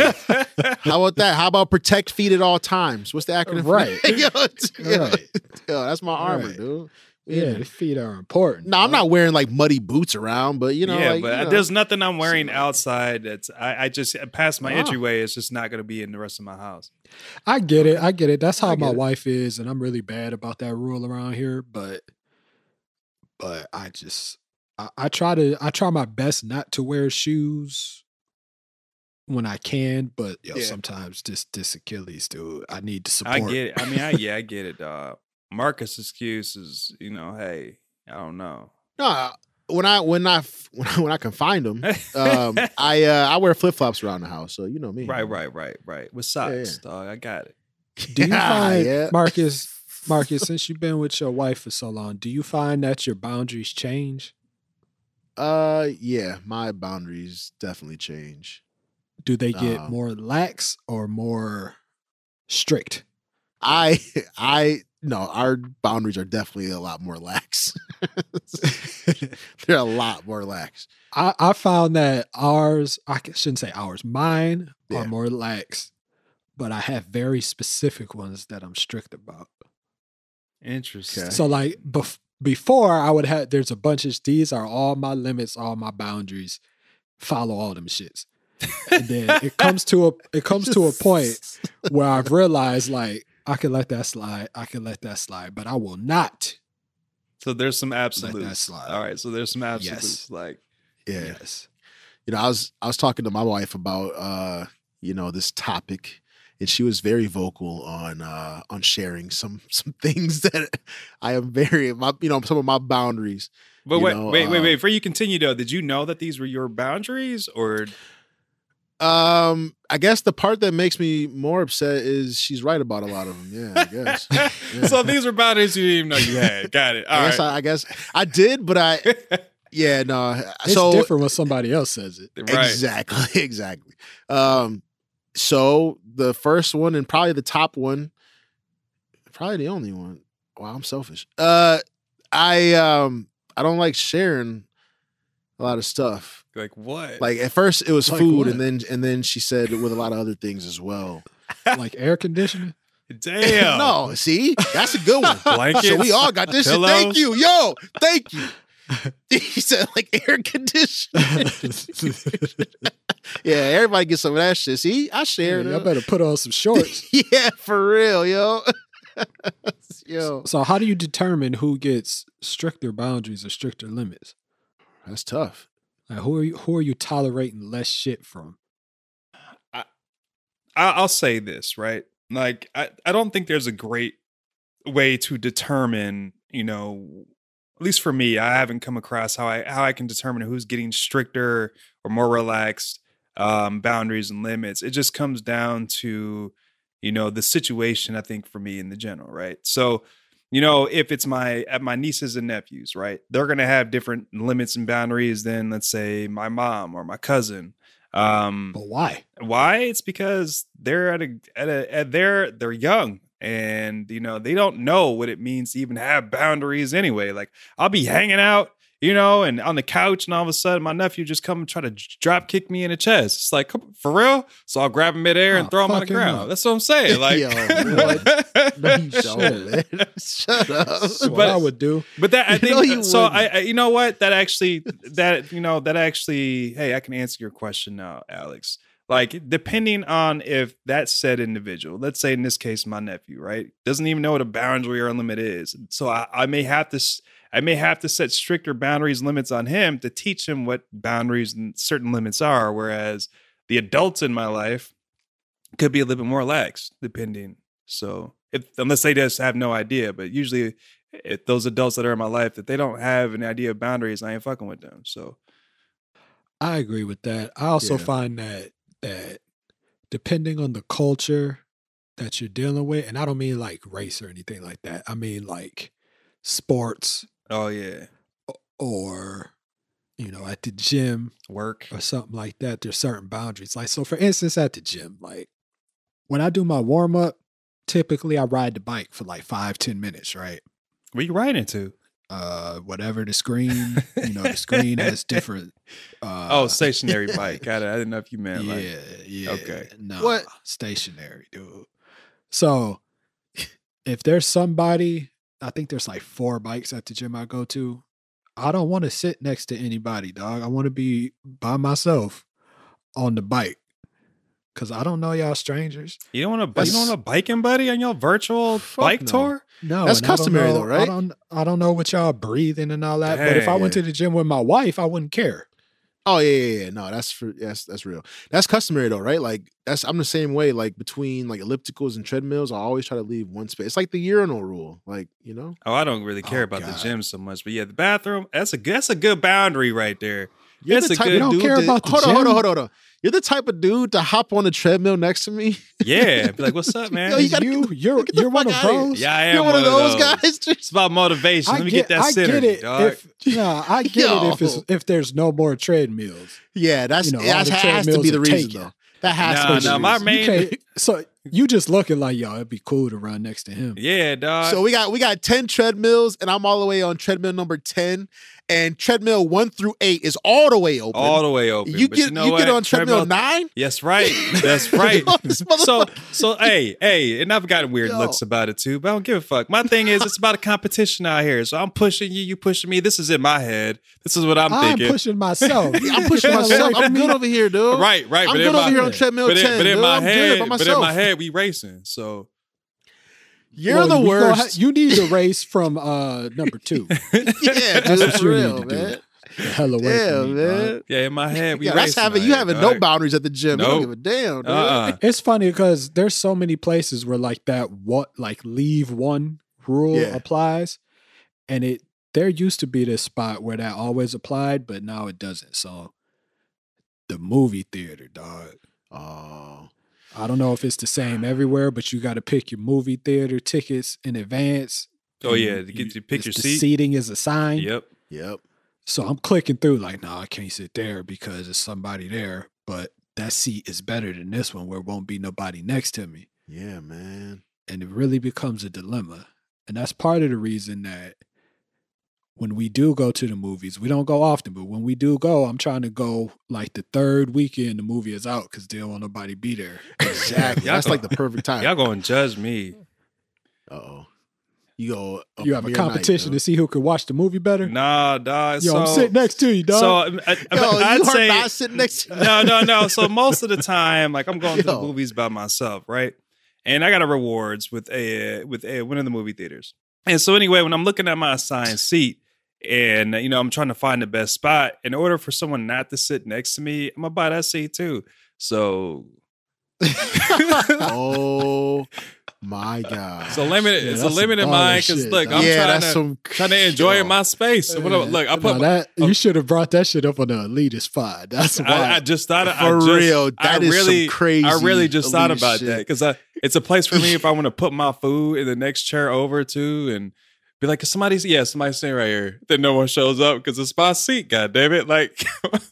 C: one? How about that? How about protect feet at all times? What's the acronym? for
A: Right.
C: that? yo, it's- yo,
A: Right.
C: yo, that's my armor,
A: Right.
C: dude.
A: yeah, the feet are important.
C: No, I'm not wearing like muddy boots around, but you know,
B: yeah,
C: like,
B: but
C: you know.
B: there's nothing I'm wearing outside. That's I, I just past my
C: Ah.
B: entryway. It's just not going to be in the rest of my house.
A: I get it. I get it. That's
C: I
A: how my
C: get it.
A: wife is, and I'm really bad about that rule around here. But, but I just, I, I try to, I try my best not to wear shoes when I can. But yo,
C: Yeah.
A: sometimes this this Achilles, dude, I need to support.
B: I get it. I mean, I, yeah, I get it. Dog. Marcus' excuse is, you know, hey, I don't know.
C: no. When I when I f- when I, when I can find them, um, I uh, I wear flip flops around the house, so you know me.
B: right, right, right, right. With socks,
C: yeah.
B: dog. I got it.
A: Do you
C: Yeah,
A: find
C: yeah.
A: Marcus, Marcus, since you've been with your wife for so long, do you find that your boundaries change?
C: Uh, yeah, my boundaries definitely change.
A: Do they get
C: Um,
A: more lax or more strict?
C: I I no, our boundaries are definitely a lot more lax. They're a lot more lax.
A: I, I found that ours, I c- shouldn't say ours, mine
C: Yeah.
A: are more lax, but I have very specific ones that I'm strict about.
B: Interesting.
C: Okay.
A: So, like bef- before, I would have, there's a bunch of these are all my limits, all my boundaries, follow all them shits. And then it comes to a it comes to a point where I've realized like I can let that slide, I can let that slide, but I will not.
B: So there's some absolutes.
A: slide.
B: All right. So there's some absolutes.
A: Yes.
B: Like
C: Yeah.
A: Yes.
C: You know, I was I was talking to my wife about uh, you know, this topic and she was very vocal on uh on sharing some some things that I am very my you know, some of my boundaries.
B: But
C: You
B: wait,
C: know,
B: wait, wait,
C: uh,
B: wait. Before you continue, though, did you know that these were your boundaries, or
C: Um, I guess the part that makes me more upset is she's right about a lot of them. Yeah, I guess.
B: so these were boundaries you didn't even know you had? Got it. All
C: I,
B: right.
C: guess I, I guess I did, but I yeah no.
A: It's
C: Uh, so
A: different when somebody else says it.
B: right.
C: exactly, exactly. Um, so the first one and probably the top one, probably the only one. Wow, I'm selfish. Uh, I um I don't like sharing a lot of stuff.
B: Like what?
C: Like at first it was
A: Eh, Like
C: food,
A: what?
C: and then and then she said with a lot of other things as well.
A: Like air conditioning.
B: damn.
C: no, see, that's a good one.
B: Blankets.
C: So we all got this shit. Thank
B: Pillows.
C: you, yo. Thank you. he said like air conditioning. yeah, everybody gets some of that shit. See, I
A: Yeah,
C: shared
A: y'all
C: it.
A: better put on some shorts.
C: yeah, for real, yo. yo.
A: so how do you determine who gets stricter boundaries or stricter limits?
C: That's tough.
A: Like who are you who are you tolerating less shit from?
B: I, I'll say this, right? Like, I, I don't think there's a great way to determine, you know, at least for me, I haven't come across how I how I can determine who's getting stricter or more relaxed um, boundaries and limits. It just comes down to, you know, the situation. I think for me in the general, right? So, you know, if it's my at my nieces and nephews, right, they're gonna have different limits and boundaries than let's say my mom or my cousin. Um,
A: But why?
B: why it's because they're at a at a at they're they're young and you know they don't know what it means to even have boundaries anyway like i'll be hanging out you know, and on the couch, and all of a sudden my nephew just come and try to j- drop kick me in the chest. It's like come- for real. So I'll grab him midair and
A: Oh,
B: throw him on the
A: fucking
B: ground.
A: up.
B: That's what I'm saying. Like,
C: Yo, what? No, you don't, man. Shut up.
A: That's what
B: But-
A: I would do.
B: But that I
C: You
B: think
C: know you
B: so.
C: wouldn't.
B: I, I you know what that actually that you know that actually hey I can answer your question now, Alex. Like depending on if that said individual, let's say in this case my nephew, right, doesn't even know what a boundary or a limit is, so I, I may have to s- I may have to set stricter boundaries limits on him to teach him what boundaries and certain limits are. Whereas the adults in my life could be a little bit more lax, depending. So if unless they just have no idea, but usually if those adults that are in my life that they don't have an idea of boundaries, I ain't fucking with them. So
A: I agree with that. I also
C: Yeah.
A: find that that depending on the culture that you're dealing with, and I don't mean like race or anything like that. I mean like sports
B: oh yeah,
A: or you know at the gym
B: work.
A: or something like that. There's certain boundaries. Like so, for instance, at the gym, like when I do my warm up, typically I ride the bike for like five ten minutes, right?
B: What you riding into?
A: Uh, whatever the screen, you know, the screen has different. Uh,
B: oh, stationary bike. Got it. I didn't know if you meant
A: yeah,
B: like
A: yeah.
B: okay.
A: No,
C: What?
A: stationary, dude. So if there's somebody, I think there's like four bikes at the gym I go to. I don't want to sit next to anybody, dog. I want to be by myself on the bike. Cause I don't know y'all strangers.
B: you don't want to you don't
A: That's-
B: want a biking buddy on your virtual
C: Fuck
B: bike
C: no.
B: tour.
A: No,
C: That's
A: and I don't
C: customary though,
A: know- I
C: right?
A: don't I don't know what y'all breathing and all that. but if I went
C: Dang.
A: to the gym with my wife, I wouldn't care.
C: Oh yeah, yeah, yeah. No, that's for that's that's real. That's customary though, right? Like that's I'm the same way. Like between like ellipticals and treadmills, I always try to leave one space. It's like the urinal rule. Like you know,
B: Oh, I don't really care
A: Oh,
B: about
A: God.
B: the gym so much, but yeah, the bathroom. That's a good- that's a good boundary right there.
C: you're
B: That's
C: the
B: a
C: type
B: good-
A: You
C: of
A: don't
C: dude
A: care
C: that-
A: about the
C: hold on, hold on,
A: gym?
C: hold on, hold on. You're the type of dude to hop on the treadmill next to me.
B: Yeah, be like, what's up, man?
C: Yo, you gotta
A: you,
C: get
A: you're
C: get the
A: you're one of
C: fuck outta here.
A: those.
B: yeah, I am
C: You're one, of those, guys.
B: It's
C: Just-
B: about motivation. Let me get, that synergy,
A: it
B: dog.
A: if nah, I get it if it's
C: Yo.
A: if there's no more treadmills.
C: yeah, that's
A: You know, all
C: that
A: the
C: has to be
A: treadmills
C: the
A: are
C: reason
A: taken.
C: though. That has
B: Nah,
C: to be. the
B: nah, my
C: reason.
B: man-
A: You can't- so you just looking like y'all. It'd be cool to run next to him.
B: yeah, dog.
C: So we got we got ten treadmills, and I'm all the way on treadmill number ten, and treadmill one through eight is all the way open.
B: all the way open.
C: you
B: but
C: get you,
B: know
C: get
B: what?
C: on treadmill nine.
B: Yes, right. That's right.
C: This
B: so,
C: motherfucker-
B: so hey, hey, and I've gotten weird
C: Yo.
B: looks about it too, but I don't give a fuck. My thing is, it's about a competition out here. So I'm pushing you, you pushing me. This is in my head. This is what I'm,
A: I'm
B: thinking.
A: pushing myself.
C: I'm pushing
A: Get away
C: myself.
A: from
C: I'm
A: me.
C: good over here, dude.
B: Right, right. but
C: I'm good
B: in
C: over
B: my,
C: here on treadmill
B: but in,
C: 10.
B: but in
C: dude.
B: my
C: I'm
B: head,
C: good by
B: but in my
C: myself.
B: head, we racing. So
C: You're
A: Well,
C: the
A: we gonna ha-
C: worst.
A: you need to race from uh number two.
C: yeah, dude,
A: That's what
C: for
A: you need
C: real,
A: to do.
C: man.
A: Hell away
C: Damn,
A: from me, dog.
C: man.
B: yeah, in my head, we
C: Yeah,
B: racing.
C: that's having
B: out
C: you
B: here,
C: having
B: dog.
C: no boundaries at the gym. You
B: Nope.
C: don't give a damn, dude.
B: Uh-uh.
A: It's funny because there's so many places where like that what like leave one rule
C: Yeah.
A: applies, and it there used to be this spot where that always applied, but now it doesn't. So the movie theater, dog.
C: Oh,
A: I don't know if it's the
B: Ah.
A: same everywhere, but you got to pick your movie theater tickets in advance.
B: Oh
A: and
B: yeah, to get you pick
A: it's-
B: your
A: the
B: seat.
A: Seating is assigned.
B: Yep.
C: yep.
A: So I'm clicking through like, no, I can't sit there because there's somebody there, but that seat is better than this one where won't be nobody next to me.
C: Yeah, man.
A: and it really becomes a dilemma. And that's part of the reason that when we do go to the movies, we don't go often, but when we do go, I'm trying to go like the third weekend the movie is out because they don't want nobody be there.
C: Exactly.
B: Y'all
C: that's
B: go-
C: like the perfect time.
B: Y'all gonna judge me?
C: Uh-oh. You go.
A: you have a
C: premiere
A: competition
C: Night,
A: to see who can watch the movie better.
B: Nah, dog.
A: Yo,
B: so,
A: I'm sitting next to you, dog.
B: So I, I,
C: dude. Yo,
B: I'd
C: you
B: say
C: are not sitting next. to
B: no, no, no. So most of the time, like I'm going to the
C: Yo.
B: movies by myself, right? And I got a rewards with a with a one of the movie theaters. And so anyway, when I'm looking at my assigned seat, and you know I'm trying to find the best spot, in order for someone not to sit next to me, I'm gonna buy that seat too. So
C: oh my god.
B: it's a limited.
A: Yeah,
B: it's a
A: that's some
B: llimit in
A: baller
B: mine because
A: shit,
B: look,
A: dog.
B: I'm
C: yeah,
B: trying
C: that's
B: to
C: some
B: trying to enjoy
C: Yo.
B: my space. So what, I- look, I put
A: Now that,
B: oh.
A: you should have brought that shit up on the elitist five. That's why.
B: I, I just thought I
C: For
B: just,
C: real,
B: I
C: that is some
B: really,
C: crazy
B: I really just thought
C: elitist
B: about
C: shit.
B: that because it's a place for me if I want to put my food in the next chair over to and be like, somebody's yeah, somebody's sitting right here. Then no one shows up because it's my seat. God damn it! Like,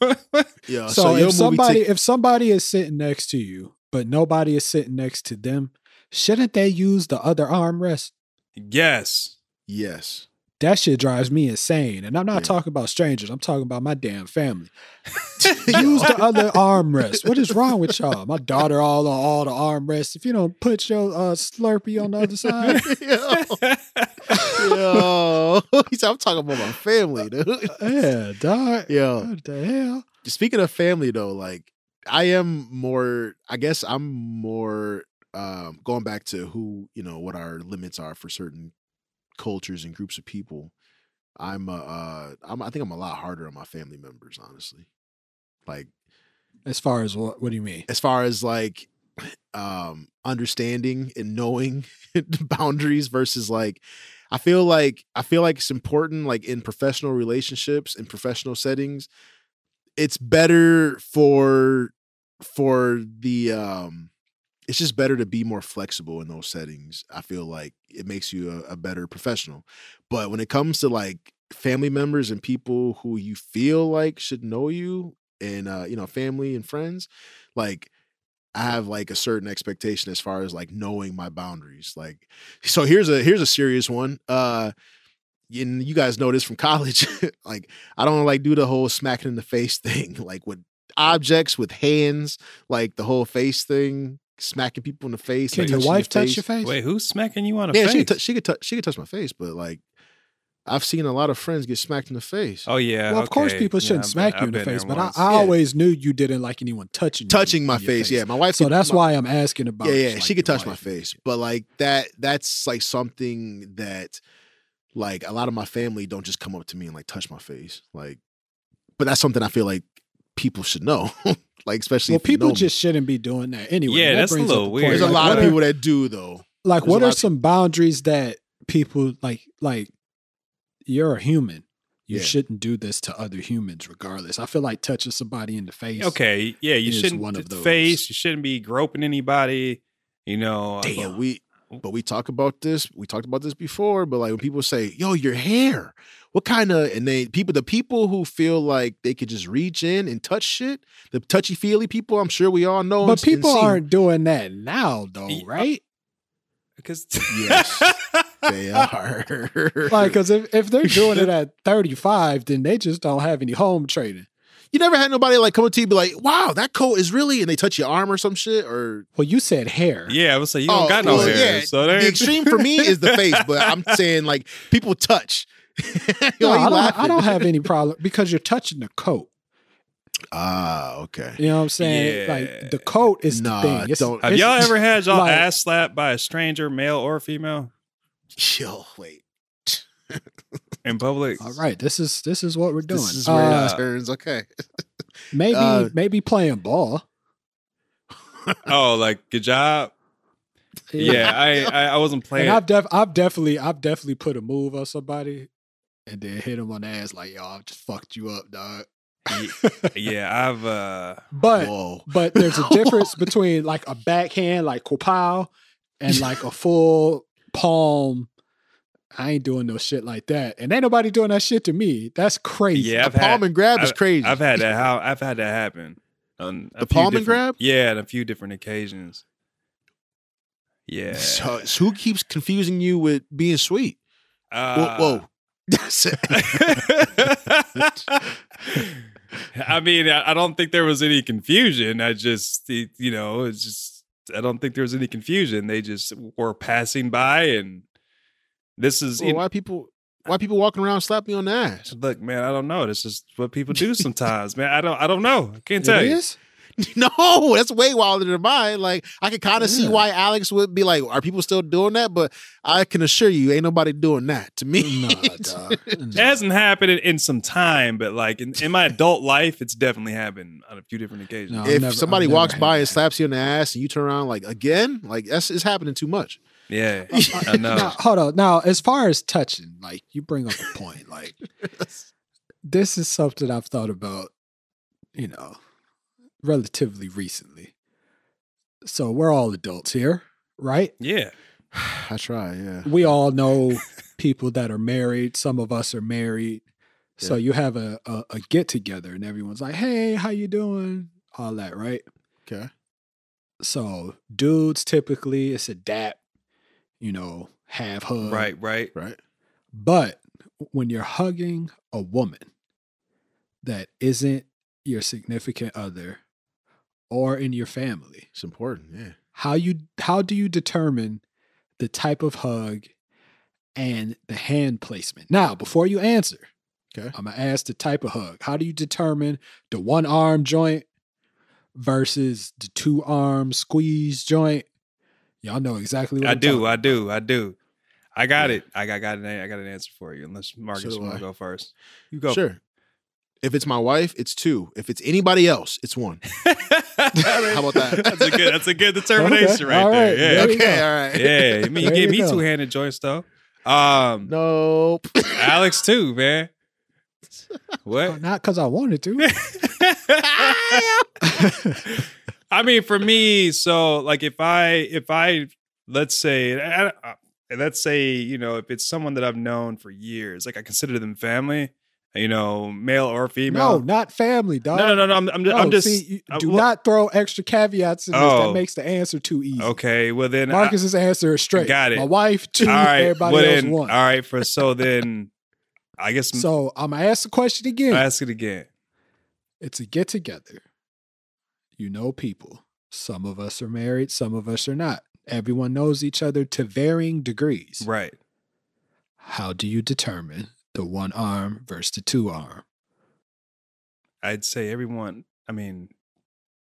C: Yo,
A: so
C: Uh, your
A: if
C: movie
A: somebody
C: ticket-
A: if somebody is sitting next to you, but nobody is sitting next to them, shouldn't they use the other armrest?
B: yes,
C: yes.
A: That shit drives me insane. And I'm not
C: Yeah.
A: talking about strangers. I'm talking about my damn family. Use the other armrest. What is wrong with y'all? My daughter all on all the armrests. If you don't put your uh, Slurpee on the other side,
C: yo, yo. He said, I'm talking about my family, dude.
A: yeah, dog.
C: Yo,
A: What the hell?
C: speaking of family though, like I am more. I guess I'm more um, going back to who you know what our limits are for certain cultures and groups of people. I'm a, uh, I'm, I think I'm a lot harder on my family members, honestly. Like
A: As far as what? What do you mean?
C: as far as like um understanding and knowing the boundaries versus like I feel like I feel like it's important like in professional relationships and professional settings it's better for for the um it's just better to be more flexible in those settings. I feel like it makes you a, a better professional. But when it comes to like family members and people who you feel like should know you and uh you know family and friends like I have like a certain expectation as far as like knowing my boundaries. Like so here's a here's a serious one. Uh and you guys know this from college. like I don't like do the whole smacking in the face thing, like with objects, with hands, like the whole face thing, smacking people in the face.
A: Can
C: like,
A: your
C: touching
A: wife touch your face?
B: Wait, who's smacking you on a
C: Yeah,
B: face?
C: she could, tou- she could touch she could touch my face, but like I've seen a lot of friends get smacked in the face.
B: oh yeah.
A: well, of course,
B: okay.
A: people
B: Yeah,
A: shouldn't
B: I've
A: smack
B: been-
A: you
B: I've
A: in the
B: been there
A: face, but I,
B: once.
A: I
C: Yeah.
A: always knew you didn't like anyone touching you-
C: touching my
A: your
C: face, yeah. My wife
A: So
C: could-
A: that's
C: my-
A: why I'm asking about.
C: yeah, yeah,
A: like,
C: she could
A: your
C: touch my
A: wife.
C: face, but like that, that's like something that, like, a lot of my family don't just come up to me and like touch my face, like. But that's something I feel like people should know, like especially
A: Well,
C: if you
A: people
C: know me.
A: just shouldn't be doing that anyway.
B: Yeah,
A: That
B: that's a
A: brings
B: little
A: up the
B: weird.
A: point.
C: There's a
A: Like,
C: lot
A: what
C: of
A: are-
C: people that do though.
A: like
C: There's
A: what
C: a
A: are
C: lot of
A: some boundaries that people like like you're a human you
C: Yeah.
A: shouldn't do this to other humans regardless i feel like touching somebody in the face
B: Okay, yeah, you
A: is
B: shouldn't
A: one of
B: d-
A: those.
B: face. You shouldn't be groping anybody. You know,
A: Damn.
C: But we but we talk about this. We talked about this before, but like when people say, "Yo, your hair." What kind of and they people the people who feel like they could just reach in and touch shit, the touchy feely people, I'm sure we all know. and-
A: but
C: and
A: people
C: seen.
A: aren't doing that now though
B: Yeah.
A: right
B: because
C: Yes. They are.
A: like because if, if they're doing it at 35 then they just don't have any home training
C: you never had nobody like come up to you and be like, wow, that coat is really, and they touch your arm or some shit, or
A: well you said hair
B: yeah, I was like, you don't
C: Oh,
B: got no
C: well,
B: hair.
C: yeah,
B: so there
C: the
B: ain't-
C: extreme for me is the face, but I'm saying like people touch.
A: no, I, don't, I don't have any problem because you're touching the coat
C: Ah, okay.
A: you know what i'm saying
B: Yeah.
A: like the coat is
C: Nah,
A: the thing It's-
C: don't-
B: Have y'all ever had y'all
A: like-
B: ass slapped by a stranger, male or female,
C: Yo, wait.
B: in public?
A: all right this is this is what we're doing
C: This is where
A: Uh,
C: it turns. Okay.
A: maybe
C: uh,
A: maybe playing ball
B: Oh, like good job. Yeah, I, I I wasn't playing.
A: And I've def I've definitely I've definitely put a move on somebody and then hit him on the ass like yo, I just fucked you up, dog.
B: yeah, I've uh
A: But
C: Whoa.
A: but there's a difference between like a backhand like Kopal and like a full palm. I ain't doing no shit like that. And ain't nobody doing that shit to me. That's crazy.
B: yeah, I've
C: the palm
B: had,
C: and grab is crazy.
B: I've had that how I've had that happen on a
C: The
B: few
C: palm and
B: different-
C: grab?
B: Yeah, on a few different occasions. Yeah.
C: So, so who keeps confusing you with being sweet?
B: uh,
C: Whoa, whoa. That's it.
B: I mean, I, I don't think there was any confusion. I just, it- you know, it's just, I don't think there was any confusion. They just were passing by, and this is,
C: Well, why people? Why people walking around slapping you on the ass?
B: look, man, I don't know. This is what people do sometimes, man. I don't, I don't know. I can't
A: It
B: tell you.
A: is?
C: No, that's way wilder than mine. Like I could kind of see
A: Yeah.
C: why Alex would be like, "Are people still doing that?" But I can assure you, ain't nobody doing that to me.
A: Nah, dog.
B: It
A: Nah.
B: hasn't happened in, in some time, but like in, in my adult life, it's definitely happened on a few different occasions.
A: No. I've
C: if
A: never-
C: somebody
A: I've never
C: walks
A: had
C: by and
A: that.
C: slaps you in the ass, and you turn around like again, like that's it's happening too much.
B: Yeah,
A: Uh,
B: I know.
A: Now, hold on. Now, as far as touching, like you bring up a point. Like this is something I've thought about, you know, relatively recently. So we're all adults here, right?
B: yeah,
C: I try, yeah.
A: We all know people that are married. Some of us are married. So you have a a, a get together, and everyone's like, "Hey, how you doing?" All that, right?
C: Okay,
A: So dudes typically it's a dap, you know, half hug,
B: right, right.
C: right.
A: But when you're hugging a woman that isn't your significant other or in your family,
C: It's important. Yeah.
A: how you how do you determine the type of hug and the hand placement now before you answer
C: Okay.
A: i'm gonna ask the type of hug how do you determine the one arm joint versus the two arm squeeze joint y'all know exactly what
B: I
A: I'm
B: do,
A: talking
B: I do, I do. I got it. I got, got an, I got an answer for you. Unless Marcus
C: do
B: you want
C: I.
B: to go first, you go.
C: Sure. If it's my wife, it's two. If it's anybody else, it's one.
B: How
C: about that?
B: That's a good. That's a good determination right
A: all
B: there.
A: right,
B: Yeah.
A: There you
C: okay.
A: go.
C: All right.
B: Yeah, I mean, you
A: There
B: gave
A: you
B: me
A: go.
B: two handed joints though. Um,
C: Nope.
B: Alex too, man.
A: about.
B: What?
A: not because i wanted to
B: I mean, for me, so like if I if I let's say I- I- let's say you know if it's someone that I've known for years, like I consider them family, you know, male or
A: no
B: female.
A: not family
B: no,
A: dog
B: no, no. no I'm, I'm just.
A: No,
B: I'm just
A: Oh, see, you-
B: I-
A: do
B: well,
A: not throw extra caveats in this
B: Oh.
A: that makes the answer too easy
B: Okay, well then, I-
A: Marcus's answer is straight.
B: Got it.
A: My wife, two,
B: all right.
A: everybody
B: well,
A: else,
B: then,
A: one.
B: All right, for so then, I guess so,
A: So I'm gonna ask the question again.
B: ask it again.
A: it's a get together. You know people. Some of us are married, some of us are not. Everyone knows each other to varying degrees.
B: Right.
A: How do you determine the one arm versus the two arm?
B: I'd say everyone. I mean,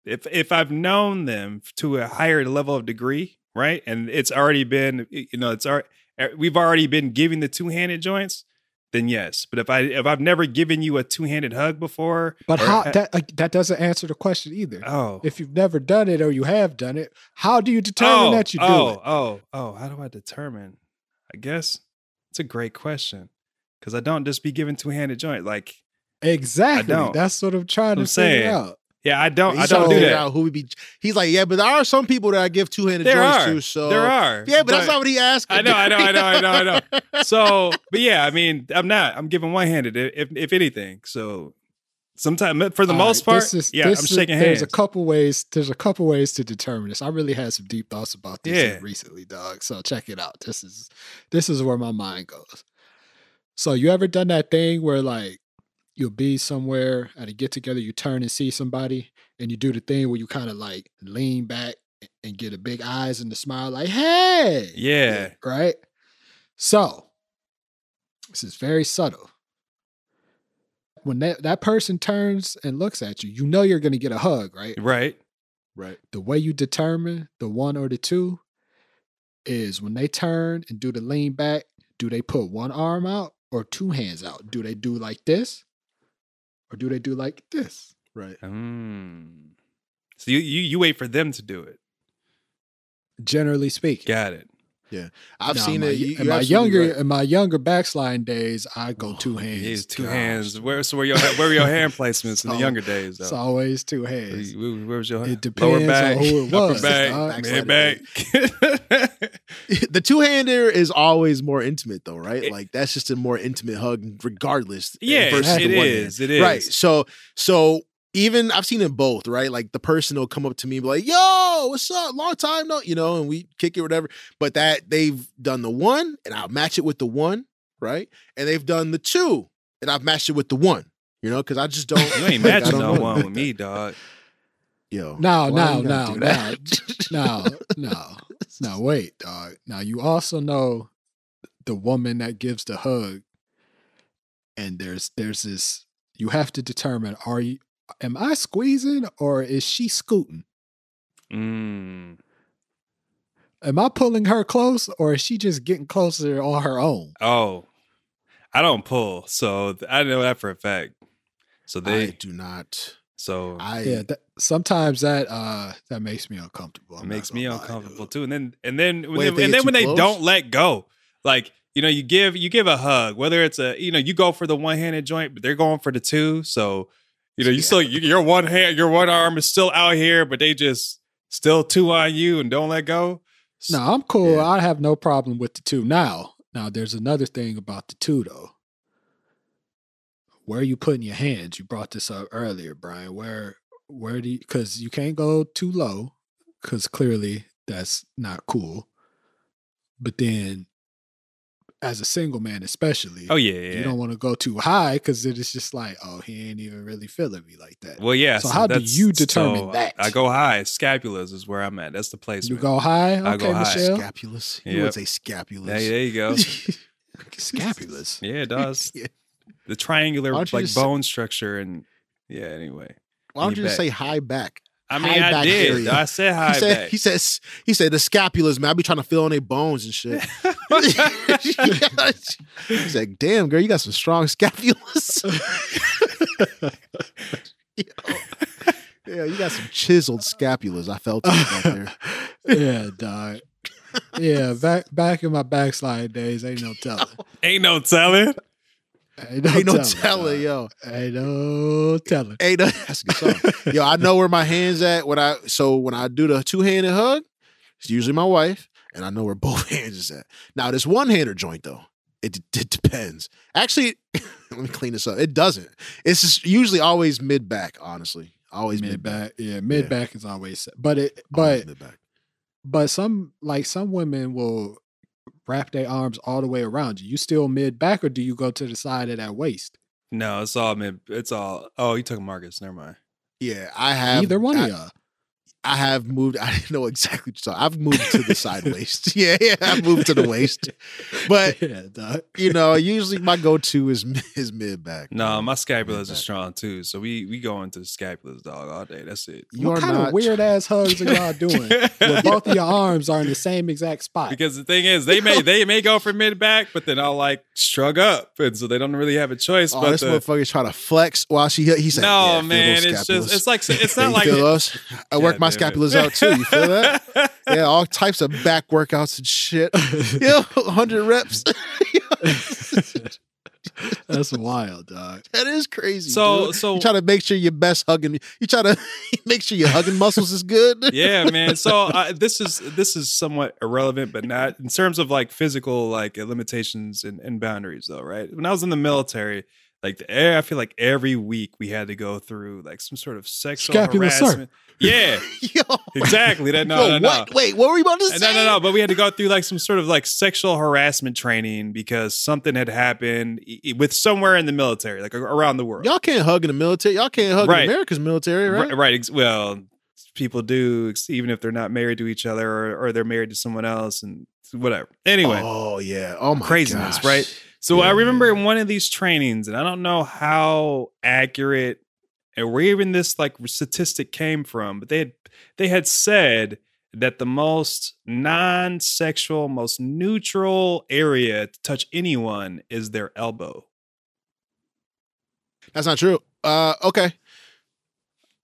B: if if I've known them to a higher level of degree, right, and it's already been, you know, it's already we've already been giving the two handed joints, then yes. But if I if I've never given you a two handed hug before,
A: But
B: or-
A: how that uh, that doesn't answer the question either.
B: oh
A: If you've never done it or you have done it, how do you determine
B: oh,
A: that you do
B: oh,
A: it?
B: Oh oh how do I determine? I guess it's a great question because I don't just be giving two handed joint like.
A: Exactly.
B: don't.
A: That's what I'm trying
B: I'm
A: to figure
B: saying.
A: out.
B: Yeah, I don't.
C: He's
B: I
C: trying
B: don't
C: to
B: do
C: figure
B: that.
C: Out who would be? He's like, yeah, but there are some people that I give two handed
B: There
C: joints
B: are.
C: to. So
B: there are.
C: Yeah, but, that's not what he asked.
B: I know, I know, I know, I know, I know. so but yeah i mean i'm not i'm giving one-handed i- if if anything so sometimes for the
A: All
B: most
A: right,
B: part
A: this is-
B: yeah
A: this
B: i'm
A: is-
B: shaking
A: There's
B: hands
A: a couple ways. There's a couple ways to determine this. I really had some deep thoughts about this
B: Yeah.
A: recently, dog. So check it out. This is this is where my mind goes. So you ever done that thing where like you'll be somewhere at a get together, you turn and see somebody, and you do the thing where you kind of like lean back and get a big eyes and a smile, like hey,
B: yeah
A: right. So this is very subtle when that, that person turns and looks at you, you know you're going to get a hug, right?
B: right
C: Right.
A: The way you determine the one or the two is when they turn and do the lean back, do they put one arm out or two hands out? Do they do like this or do they do like this?
C: Right.
B: Mm. so you, you you wait for them to do it
A: Generally speaking.
B: got it
C: I've
A: Now,
C: seen
A: my,
C: it. You,
A: in
C: you're
A: my
C: absolutely
A: younger
C: right. Oh,
A: in my younger backsliding days, I go two hands.
B: It's Oh, two
A: Gosh.
B: hands where so where your where were your hand placements in the
A: So-
B: younger days
A: It's
B: though
A: always two
B: Where
A: hands.
B: you- where was your
A: It
B: lower
A: depends on
B: back
A: who it
B: upper
A: was,
B: back
A: dog.
B: mid back
C: the two hander is always more intimate, though, right?
B: It-
C: like that's just a more intimate hug, regardless. eh,
B: yeah
C: versus
B: it
C: the one
B: is it
C: hand.
B: is
C: Right. So, so even I've seen it both, right? Like the person will come up to me and be like, "Yo, what's up? Long time no," you know, and we kick it, whatever. But that they've done the one, and I'll match it with the one, right? And they've done the two, and I've matched it with the one, you know, because I just don't.
B: you ain't
C: like, I
B: matching
C: don't
B: no
C: know.
B: one with me dog
C: Yo,
A: No,
C: why
A: no,
C: you gotta
A: no,
C: do
A: no,
C: that?
A: no, no, no. Wait, dog. Now you also know the woman that gives the hug, and there's there's this. You have to determine: Are you? Am I squeezing or is she scooting?
B: Mm.
A: Am I pulling her close or is she just getting closer on her own?
B: Oh, I don't pull, so th- I know that for a fact. So
C: I
B: they,
C: do not.
B: so
C: I
A: Yeah, that, sometimes that uh that makes me uncomfortable.
B: it
A: I'm not
B: makes me
A: gonna lie,
B: uncomfortable
A: dude.
B: too. And then, and then,
C: Wait, if
B: and
C: they
B: then, and
C: get
B: then when
C: too
B: they
C: close?
B: don't let go, like you know, you give you give a hug, whether it's a you know you go for the one handed joint, but they're going for the two. So you know, you
A: Yeah.
B: still you, your one hand, your one arm is still out here, but they just still two on you and don't let go.
A: No, I'm cool.
C: Yeah.
A: I have no problem with the two. Now, now there's another thing about the two though. Where are you putting your hands? You brought this up earlier, Brian. Where where do you cause you can't go too low, because clearly that's not cool. But then as a single man, especially.
B: Oh yeah, yeah.
A: You don't want to go too high because it is just like, oh, he ain't even really feeling me like that.
B: well, yeah.
A: So how do
B: that's-
A: you determine
B: so
A: that?
B: I go high. Scapulas is where I'm at. That's the place.
A: you go high, okay,
B: I go high.
A: Michelle.
C: Scapulous. You
B: Yep.
C: would say scapulous.
B: Hey, there you go.
A: Scapulous.
B: Yeah, it does.
C: Yeah.
B: The triangular
C: Why don't
B: like
C: you just-
B: bone structure and yeah. Anyway,
C: Why don't
B: You
C: you just
B: bet.
C: say high back?
B: I mean,
C: High
B: I
C: back
B: did.
C: area.
B: I said
C: He
B: high
C: said,
B: back.
C: he says he said the scapulas, man. I be trying to feel on their bones and shit. He's like, damn girl, you got some strong scapulas. Yo. yeah, you got some chiseled scapulas. I felt it back there.
A: yeah, dog. Yeah, back back in my backslide days, ain't no telling.
B: Ain't no telling.
A: Ain't no,
C: Ain't no
A: telling,
C: telling,
A: dog.
C: yo.
A: Ain't no telling.
C: Ain't no, that's a good song. yo, I know where my hands at when I so when I do the two handed hug, it's usually my wife, and I know where both hands is at. Now this one hander joint though, it, it depends. Actually, let me clean this up. It doesn't. It's just usually always mid back. Honestly, always mid
A: Mid
C: back.
A: back, yeah, mid back is always, but it, but
C: mid back.
A: but some like some women will wrap their arms all the way around you. You still mid back, or do you go to the side of that waist?
B: No, it's all mid. It's all. Oh, you took Marcus. Never mind.
C: Yeah, I have
A: Either one
C: I,
A: of y'all.
C: I have moved. I didn't know exactly. So I've moved to the side waist. Yeah, yeah, I've moved to the waist. But
A: yeah, dog.
C: you know, usually my go to is is mid back.
B: No, my scapulas are
C: back.
B: strong too. So we we go into the scapulas, dog, all day. That's it.
C: You
A: what
C: are
A: kind
C: not
A: of weird ass hugs are y'all doing? Where both of your arms are in the same exact spot.
B: because the thing is, they may they may go for mid back, but then I'll like shrug up, and so they don't really have a choice.
C: Oh,
B: but
C: this
B: the,
C: motherfucker's trying to flex while she he said,
B: no,
C: yeah, feel
B: man,
C: those
B: it's
C: scapulas."
B: just it's like it's
C: Yeah,
B: not
C: you
B: like
C: feel those? I work
B: Yeah,
C: my
B: dude.
C: scapulas out too. You feel that? yeah, all types of back workouts and shit. Yo, hundred reps.
A: That's wild, dog.
C: that is crazy.
B: So-
C: dude.
B: so-
C: you try to make sure your best hugging. You try to make sure your hugging muscles is good.
B: yeah, man. So uh, this is this is somewhat irrelevant, but not in terms of like physical like limitations and, and boundaries, though, right? When I was in the military, like the air, I feel like every week we had to go through like some sort of sexual
A: Scapular surf.
B: harassment. Yeah,
C: Yo,
B: exactly. That no,
C: yo,
B: no, no.
C: what? Wait, what were you about to say?
B: No, no, no. But we had to go through like some sort of like sexual harassment training because something had happened i- i- with somewhere in the military, like a- around the world.
C: Y'all can't hug in the military. Y'all can't hug
B: Right.
C: in America's military,
B: Ri-
C: right?
B: right. ex- Well, people do, ex- even if they're not married to each other or, or they're married to someone else and whatever. Anyway,
C: Oh yeah. Oh my
B: Craziness,
C: gosh.
B: right? so I
C: yeah.
B: remember in one of these trainings, and I don't know how accurate and where even this like statistic came from, but they had they had said that the most non-sexual, most neutral area to touch anyone is their elbow.
C: That's not true. Uh, okay.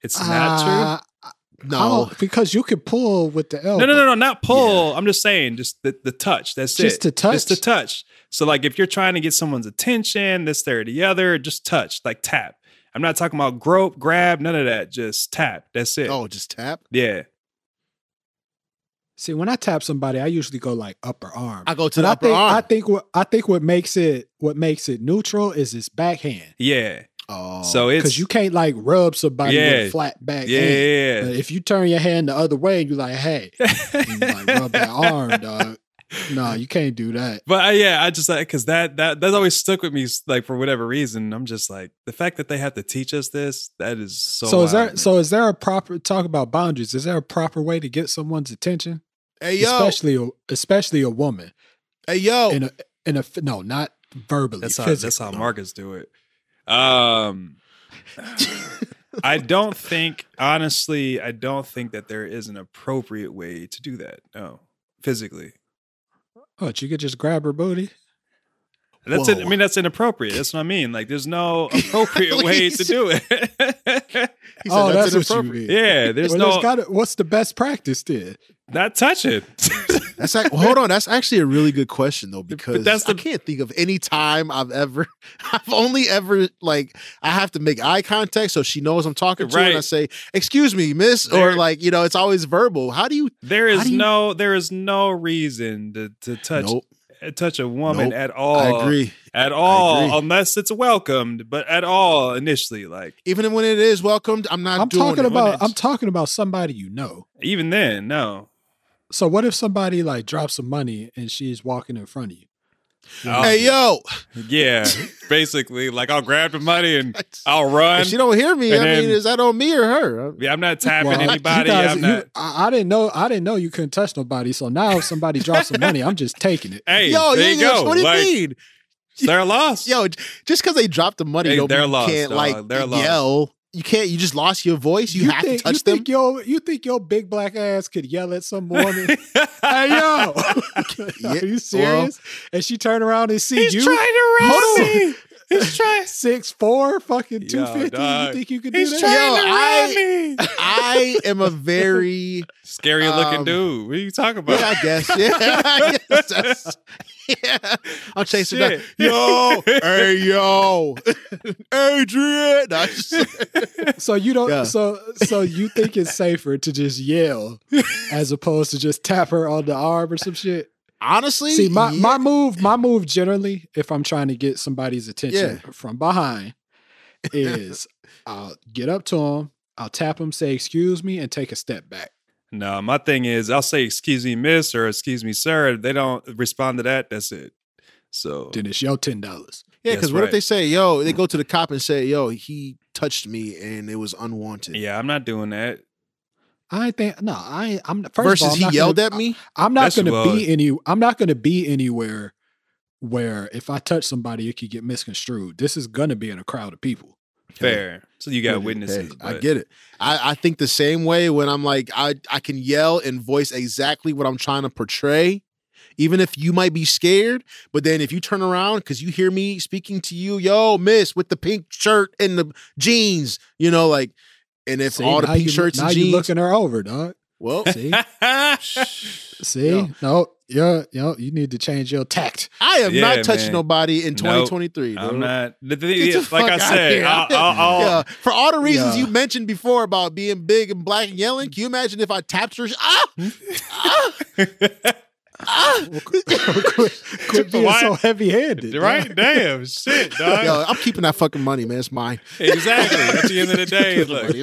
B: It's not
A: Uh, I
C: No,
A: don't- because you could pull with the
B: true.
A: elbow.
B: No, no, no, no, not pull. I'm just saying, just the, the touch. That's
A: Just
B: it.
A: to
B: Just to
A: touch?
B: touch. So, like, if you're trying to get someone's attention, this, there, or the other, just touch, like tap. I'm not talking about grope, grab, none of that. Just tap. That's it.
C: Oh, just tap.
B: Yeah.
A: See, when I tap somebody, I usually go like upper arm.
C: I go
A: But
C: to the
A: I
C: upper
A: think
C: arm.
A: I think what I think what makes it what makes it neutral is its backhand
B: Yeah.
C: oh,
B: so
A: because
B: it's
A: you can't like rub somebody with
B: Yeah.
A: a flat back.
B: yeah,
A: hand.
B: yeah,
A: But
B: yeah.
A: if you turn your hand the other way, you like, hey, you like rub that arm, dog. No, you can't do that.
B: But I, yeah, I just like because that that that's always stuck with me. s- Like for whatever reason, I'm just like the fact that they have to teach us this. That is so.
A: So, is
B: wild,
A: there
B: man.
A: so is there a proper talk about boundaries? Is there a proper way to get someone's attention,
C: hey yo,
A: especially a, especially a woman?
C: hey yo,
A: In a in a no, not verbally.
B: Oh. that's how that's how
A: physically.
B: Marcus do it. Um, I don't think honestly, I don't think that there is an appropriate way to do that. No, physically.
A: What you Oh, could just grab her booty.
B: That's it. I
C: Whoa.
B: mean, that's inappropriate. That's what I mean. Like, there's no appropriate way to do it.
C: He said,
A: Oh, that's, what you
C: inappropriate."
A: mean.
B: yeah, there's
A: Well,
B: no
A: there's gotta- what's the best practice then?
B: not touch it.
C: That's like, well, hold on. That's actually a really good question though, because
B: that's
C: I
B: the-
C: can't think of any time I've ever, I've only ever like I have to make eye contact so she knows I'm talking to her, and I
B: Right.
C: say, "Excuse me, miss," or
B: There-
C: like you know, it's always verbal. How do you?
B: There
C: How
B: is
C: do you-
B: no there is no reason to, to touch eh,
C: Nope,
B: touch a woman
C: Nope.
B: at all.
C: I agree.
B: At all,
C: agree.
B: unless it's welcomed, but at all initially, like
C: Even when it is welcomed, I'm not.
A: I'm
C: doing
A: talking
C: it.
A: about
B: Women.
A: I'm talking about somebody you know.
B: even then, no.
A: So what if somebody like drops some money and she's walking in front of you?
C: hey yo,
B: Yeah, basically, like I'll grab the money and I'll run.
C: if she don't hear me, I
B: and
C: mean,
B: then-
C: is that on me or her?
B: Yeah, I'm not tapping
A: Well, you
B: anybody.
A: guys-
B: I'm
A: you-
B: not.
A: I, I didn't know. I didn't know you couldn't touch nobody. So now if somebody drops some money, I'm just taking it.
B: Hey,
C: yo,
B: there
C: you
B: you go.
C: What do you
B: Like,
C: mean?
B: They're lost.
C: Yo, j- just because they dropped the money,
B: They-
C: don't mean
B: they're
C: you
B: lost,
C: can't
B: dog.
C: like
B: They're lost.
C: yell. You can't. You just lost your voice. You, have
A: think,
C: to touch
A: you
C: them.
A: Think your, you think your big black ass could yell at some woman? hey yo,
C: Yeah,
A: are you
C: well-
A: serious? and she turn around and see
B: He's
A: you.
B: trying to run
A: Hold on.
B: me. He's trying.
A: six four, fucking
B: Yo,
A: two fifty. You
B: dog.
A: think you could do
B: He's
A: that?
B: trying
C: Yo,
B: to
C: I-
B: run me.
C: I am a very
B: Scary looking
C: Um,
B: dude. What are you talking about?
C: yeah, I guess. Yeah, I guess that's- yeah. I'm chasing that.
B: Shit.
C: Yo, hey yo, Adrian. No, I just-
A: So you don't.
C: Yeah.
A: So so you think it's safer to just yell as opposed to just tap her on the arm or some shit?
C: honestly,
A: See, my,
C: yeah.
A: my move, my move generally, if I'm trying to get somebody's attention from behind, is I'll get up to them, I'll tap them, say excuse me, and take a step back.
B: No, my thing is, I'll say "excuse me, miss" or "excuse me, sir." If they don't respond to that, that's it. So
A: Then it's your ten dollars.
C: yeah.
B: that's
C: Because what if
B: right.
C: they say, yo, they go to the cop and say, yo, he touched me and it was unwanted.
B: yeah, I'm not doing that.
A: I ain't think no, I ain't- I'm first of
C: Versus
A: all, I'm
C: he
A: not
C: yelled
A: gonna-
C: at me.
A: I'm not
B: That's
A: going to
B: wild.
A: be any. I'm not going to be anywhere where if I touch somebody, it could get misconstrued. This is going to be in a crowd of people.
B: Fair. So you got
C: Hey,
B: witnesses.
C: I
B: but-
C: get it. I, I think the same way when I'm like, I, I can yell and voice exactly what I'm trying to portray, even if you might be scared. But then if you turn around because you hear me speaking to you, yo, miss with the pink shirt and the jeans, you know, like, and if
A: See,
C: all the
A: now
C: pink
A: you,
C: shirts
A: now
C: and
A: you
C: jeans,
A: looking her over, dog.
C: well,
A: See, see,
C: Yo.
A: no, yeah, yeah, you need to change your tact.
C: I am
B: Yeah,
C: not touching
B: man.
C: nobody in
B: Nope.
C: 2023. dude.
B: I'm not. The thing
C: Get
B: is,
C: the
B: like
C: fuck
B: I
C: outta
B: said,
C: here.
B: I'll, I'll, I'll,
C: yeah, for all the reasons
A: Yeah.
C: you mentioned before about being big and black and yelling, can you imagine if I tapped her? Ah, ah, ah.
A: Quit being
B: Why-
A: so heavy handed,
B: right? Damn, shit, dog.
C: Yo, I'm keeping that fucking money, man. It's mine.
B: Exactly. At the end of the day, look,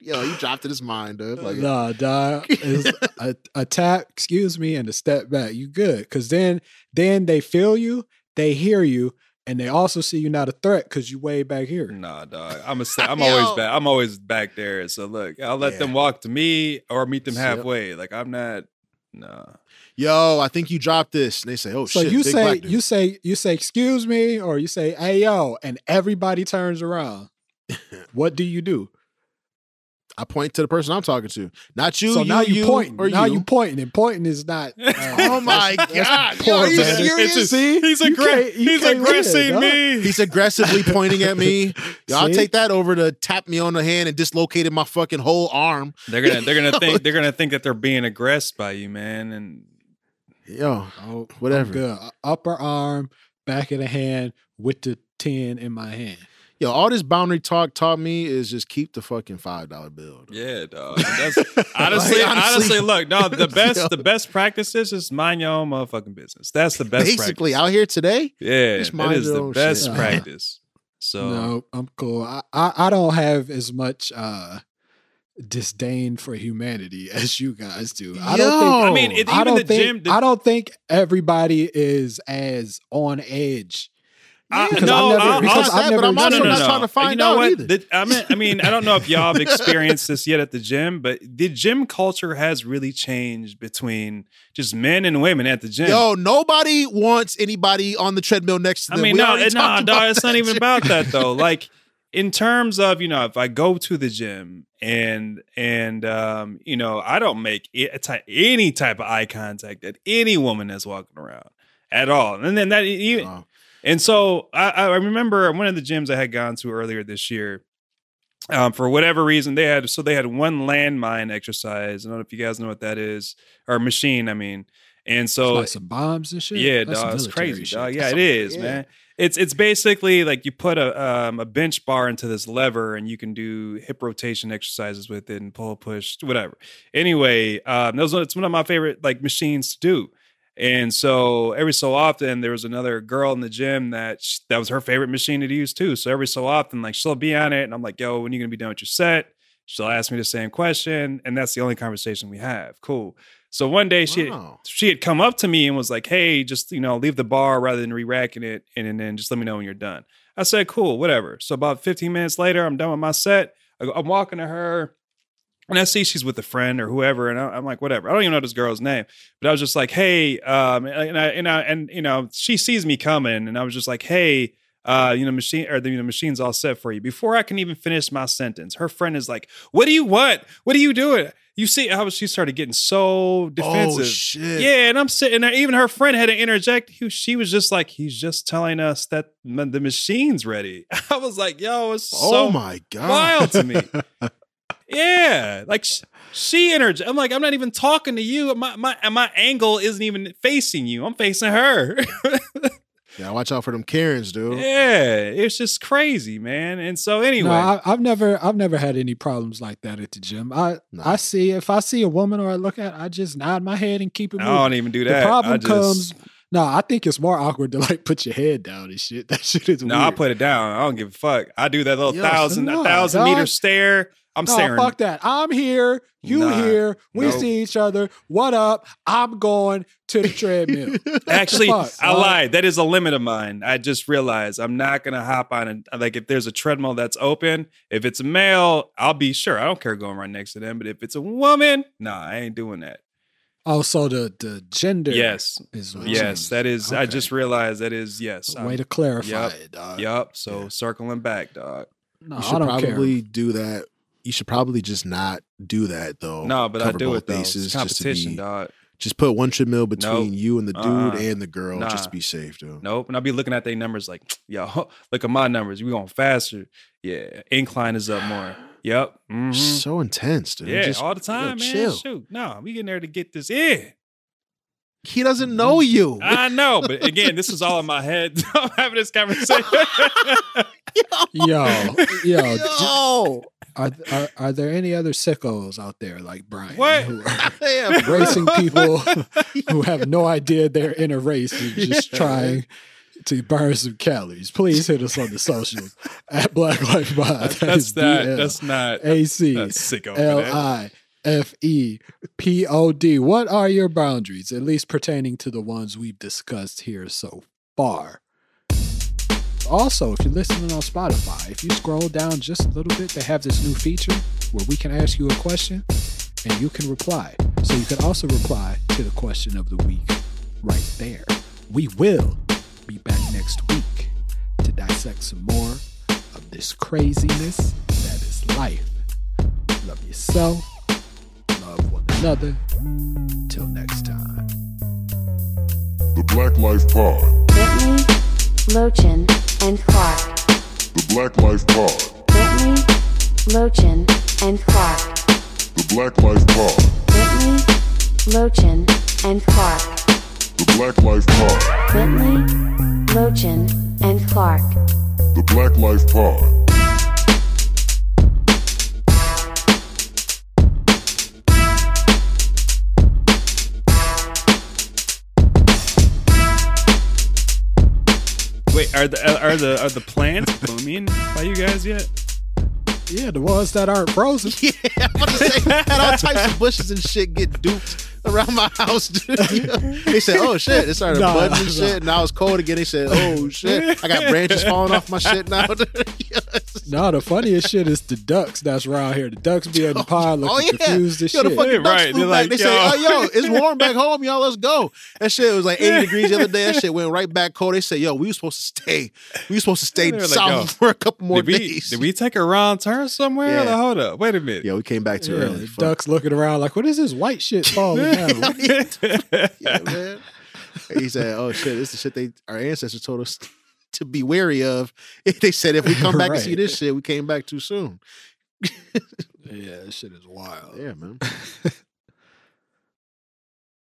C: Yo, you dropped it. It's mine, dude. Like,
A: Nah, dog. It's a, a tap, excuse me, and a step back. You good? Cause then, then they feel you, they hear you, and they also see you not a threat because you way back
C: Mm.
A: here.
B: Nah, dog. I'm a. St- I'm
C: Yo.
B: always back. I'm always back there. So look, I'll let
C: Yeah.
B: them walk to me or meet them
C: Yep.
B: halfway. Like I'm not. Nah.
C: Yo, I think you dropped this. And they say, oh,
A: so
C: shit.
A: you
C: big
A: say
C: black dude.
A: you say you say excuse me or you say hey yo and everybody turns around what do you do
C: I point to the person I'm talking to. Not you.
A: so
C: you,
A: now you,
C: you
A: pointing
C: or
A: now
C: you.
A: you. pointing and pointing is not uh,
C: Oh my God. Yo,
A: poor
C: are you
A: manners.
C: serious?
B: It's just-
A: See?
B: he's
A: You
B: aggra-
A: can't- you
B: he's
A: can't win,
B: aggressing
A: dog.
B: me.
C: He's aggressively pointing at me. Yo, I'll
A: See?
C: take that over to tap me on the hand and dislocated my fucking whole arm.
B: They're gonna they're gonna think they're gonna think that they're being aggressed by you, man. And
C: Yo,
A: oh, I'm
C: Whatever.
A: good U- upper arm back of the hand with the 10 in my hand
C: yo, all this boundary talk taught me is just keep the fucking five dollar bill.
B: yeah, dog. That's, honestly,
C: Like, honestly-
B: honestly, look, no, the
C: Yo.
B: best the best practice is just mind your own motherfucking business. That's the best
C: Basically,
B: practice.
C: out here today,
B: Yeah,
C: just
B: that
C: mind
B: is
C: your
B: the
C: own
B: best
A: shit.
B: practice. So
A: no i'm cool I, I i don't have as much uh disdain for humanity as you guys do i don't think
B: I mean, it-
A: I
B: Even
A: don't
B: the
A: think
B: gym- the-
A: I don't think everybody is as on edge.
B: I-
A: because
B: no,
A: I've never-
B: I'll-
A: because
B: I'll-
A: I've
C: but
A: never
C: I'm
A: done
C: also
A: it.
C: not trying to find
B: you know
C: out
B: what?
C: either.
B: The- I mean, I mean, I don't know if y'all have experienced this yet at the gym, but the gym culture has really changed between just men and women at the gym.
C: Yo, nobody wants anybody on the treadmill next to
B: I
C: them.
B: mean,
C: We
B: no,
C: already
B: no,
C: talked
B: dog,
C: about
B: it's not
C: that
B: even
C: shit.
B: about that though. Like in terms of you know, if I go to the gym and and um, you know, I don't make a ty- any type of eye contact at any woman that's walking around at all, and then that even
C: Oh.
B: and so I, I remember one of the gyms I had gone to earlier this year. Um, for whatever reason, they had so they had one landmine exercise. I don't know if you guys know what that is, or machine. I mean, and so
A: like some bombs and shit.
B: yeah,
A: That's some
B: dog, it's
A: military
B: crazy,
A: shit.
B: dog. Yeah,
A: That's
B: it
A: some-
B: is,
C: yeah.
B: man. It's it's basically like you put a um, a bench bar into this lever, and you can do hip rotation exercises with it, and pull push, whatever. Anyway, um, that was it's one of my favorite like machines to do. And so every so often there was another girl in the gym that sh- that was her favorite machine to use too. So every so often like she'll be on it, and I'm like, "Yo, when you gonna be done with your set?" She'll ask me the same question, and that's the only conversation we have. Cool. So one day she
C: Wow.
B: she had come up to me and was like, "Hey, just you know, leave the bar rather than re-racking it, and, and then just let me know when you're done." I said, "Cool, whatever." So about 15 minutes later, I'm done with my set. I go, I'm walking to her, and I see she's with a friend or whoever, and I, am like, "Whatever." I don't even know this girl's name, but I was just like, "Hey," um, and I and I and you know, she sees me coming, and I was just like, "Hey." Uh, you know, machine or the you know, machine's all set for you. Before I can even finish my sentence, her friend is like, "What do you want? What are you doing? You see how she started getting so defensive."
C: Oh shit.
B: Yeah, and I'm sitting there. Even her friend had to interject. He, she was just like, he's just telling us that m- the machine's ready. I was like, yo, it's
C: Oh
B: so
C: my god.
B: wild to me. yeah, like sh- she interjected. I'm like, I'm not even talking to you. My my and my angle isn't even facing you. I'm facing her.
C: yeah, watch out for them Karens, dude.
B: yeah, it's just crazy, man. And so anyway,
A: No, I, I've never I've never had any problems like that at the gym. I
C: No.
A: I see if I see a woman or I look at, I just nod my head and keep it
B: I,
A: moving.
B: don't even do
A: The
B: Oh, that.
A: problem
B: I just,
A: comes. No, I think it's more awkward to like put your head down and shit. That shit is
B: No,
A: weird.
B: I put it down. I don't give a fuck. I do that little
C: Yo,
B: thousand,
A: nah,
B: a thousand
A: dog.
B: meter stare. I'm
A: no,
B: staring.
A: fuck that. I'm here. You
B: Nah,
A: here. We
B: nope.
A: see each other. What up? I'm going to the treadmill.
B: Actually,
A: fuck,
B: I
A: dog?
B: lied. That is a limit of mine. I just realized I'm not gonna hop on it. Like if there's a treadmill that's open, if it's a male, I'll be sure. I don't care going right next to them. But if it's a woman, nah, I ain't doing that.
A: also, Oh, the the gender.
B: Yes,
A: Is what
B: yes, that is. I
A: Okay.
B: just realized that is yes.
A: Way to clarify
B: Yep.
A: it, dog.
B: Yup. So
C: Yeah.
B: circling back, dog.
A: No,
C: You
A: I
C: should
A: don't care.
C: probably do that. You should probably just not do that though.
B: No, but I
C: Oh, Cover
B: do
C: both
B: it though. It's
C: bases just to
B: competition,
C: be-
B: dog.
C: Just put one treadmill between you and the dude
B: Uh-uh.
C: and the girl, just
B: Nah.
C: to be safe, dude.
B: Nope. And I'll be looking at their numbers like, yo, look at my numbers. We going faster. Yeah. Incline is up more. Yep.
C: You're
B: mhm.
C: So intense, dude.
B: Yeah,
C: Just-
B: all the time, man.
C: chill.
B: Shoot, no, we getting there to get this in.
C: he doesn't know you.
B: I know, but again, this is all in my head. I'm having this conversation.
A: Yo, yo. j-
C: Yo,
A: Are, are are there any other sickos out there like Brian?
B: What?
A: who are-
C: damn, bro.
A: racing people who have no idea they're in a race and just
C: Yeah.
A: trying to burn some calories. Please hit us on the socials at Black Life Pod.
B: that's that. That's not
A: A C
B: that's sick over
A: L
B: there.
A: I F E P O D. What are your boundaries, at least pertaining to the ones we've discussed here so far? Also, if you're listening on Spotify, if you scroll down just a little bit, they have this new feature where we can ask you a question and you can reply. So you can also reply to the question of the week right there. We will be back next week to dissect some more of this craziness that is life. Love yourself, love one another. Till next time.
E: The Black Life Pod.
D: Whitney, Lochin, and Clark.
E: The Black Life Pod.
D: Whitney, Lochin, and Clark.
E: The Black Life Pod.
D: Whitney, Lochin, and Clark.
E: The Black Life Pod.
D: Whitney, Lochin, and Clark.
E: The Black Life Pod.
B: Wait, are the are the are the plants blooming by you guys yet?
A: Yeah, the ones that aren't frozen.
C: Yeah, I'm about to say, had all types of bushes and shit get duped around my house, dude. they said, oh shit, it started
A: Nah,
C: budding and
A: nah.
C: shit. Now it's cold again. They said, oh shit, I got branches falling off my shit now. dude.
A: no, the funniest shit is the ducks that's around here. The ducks be in the pile
C: oh
A: looking
C: yeah,
A: confused as
C: yo, the
A: shit.
C: fucking ducks
B: Right,
C: flew
B: they're
C: back.
B: like,
C: they said,
B: yo.
C: oh yo, it's warm back home, y'all. Let's go. That shit was like 80 degrees the other day. That shit went right back cold. They said, yo, we were supposed to stay. We were supposed to stay
B: They were like,
C: south
B: yo,
C: for a couple more
B: did we
C: days.
B: did we take a wrong turn somewhere?
C: Yeah.
B: Like, hold up, wait a minute.
C: yeah, we came back too
A: Yeah,
C: early.
A: the
C: Fuck.
A: ducks looking around like, what is this white shit falling down?
C: yeah, man. He said, "Oh shit, this is the shit they our ancestors told us to be wary of." They said if we come back and see
A: Right.
C: this shit, we came back too soon.
A: yeah, that shit is wild.
C: Yeah, man.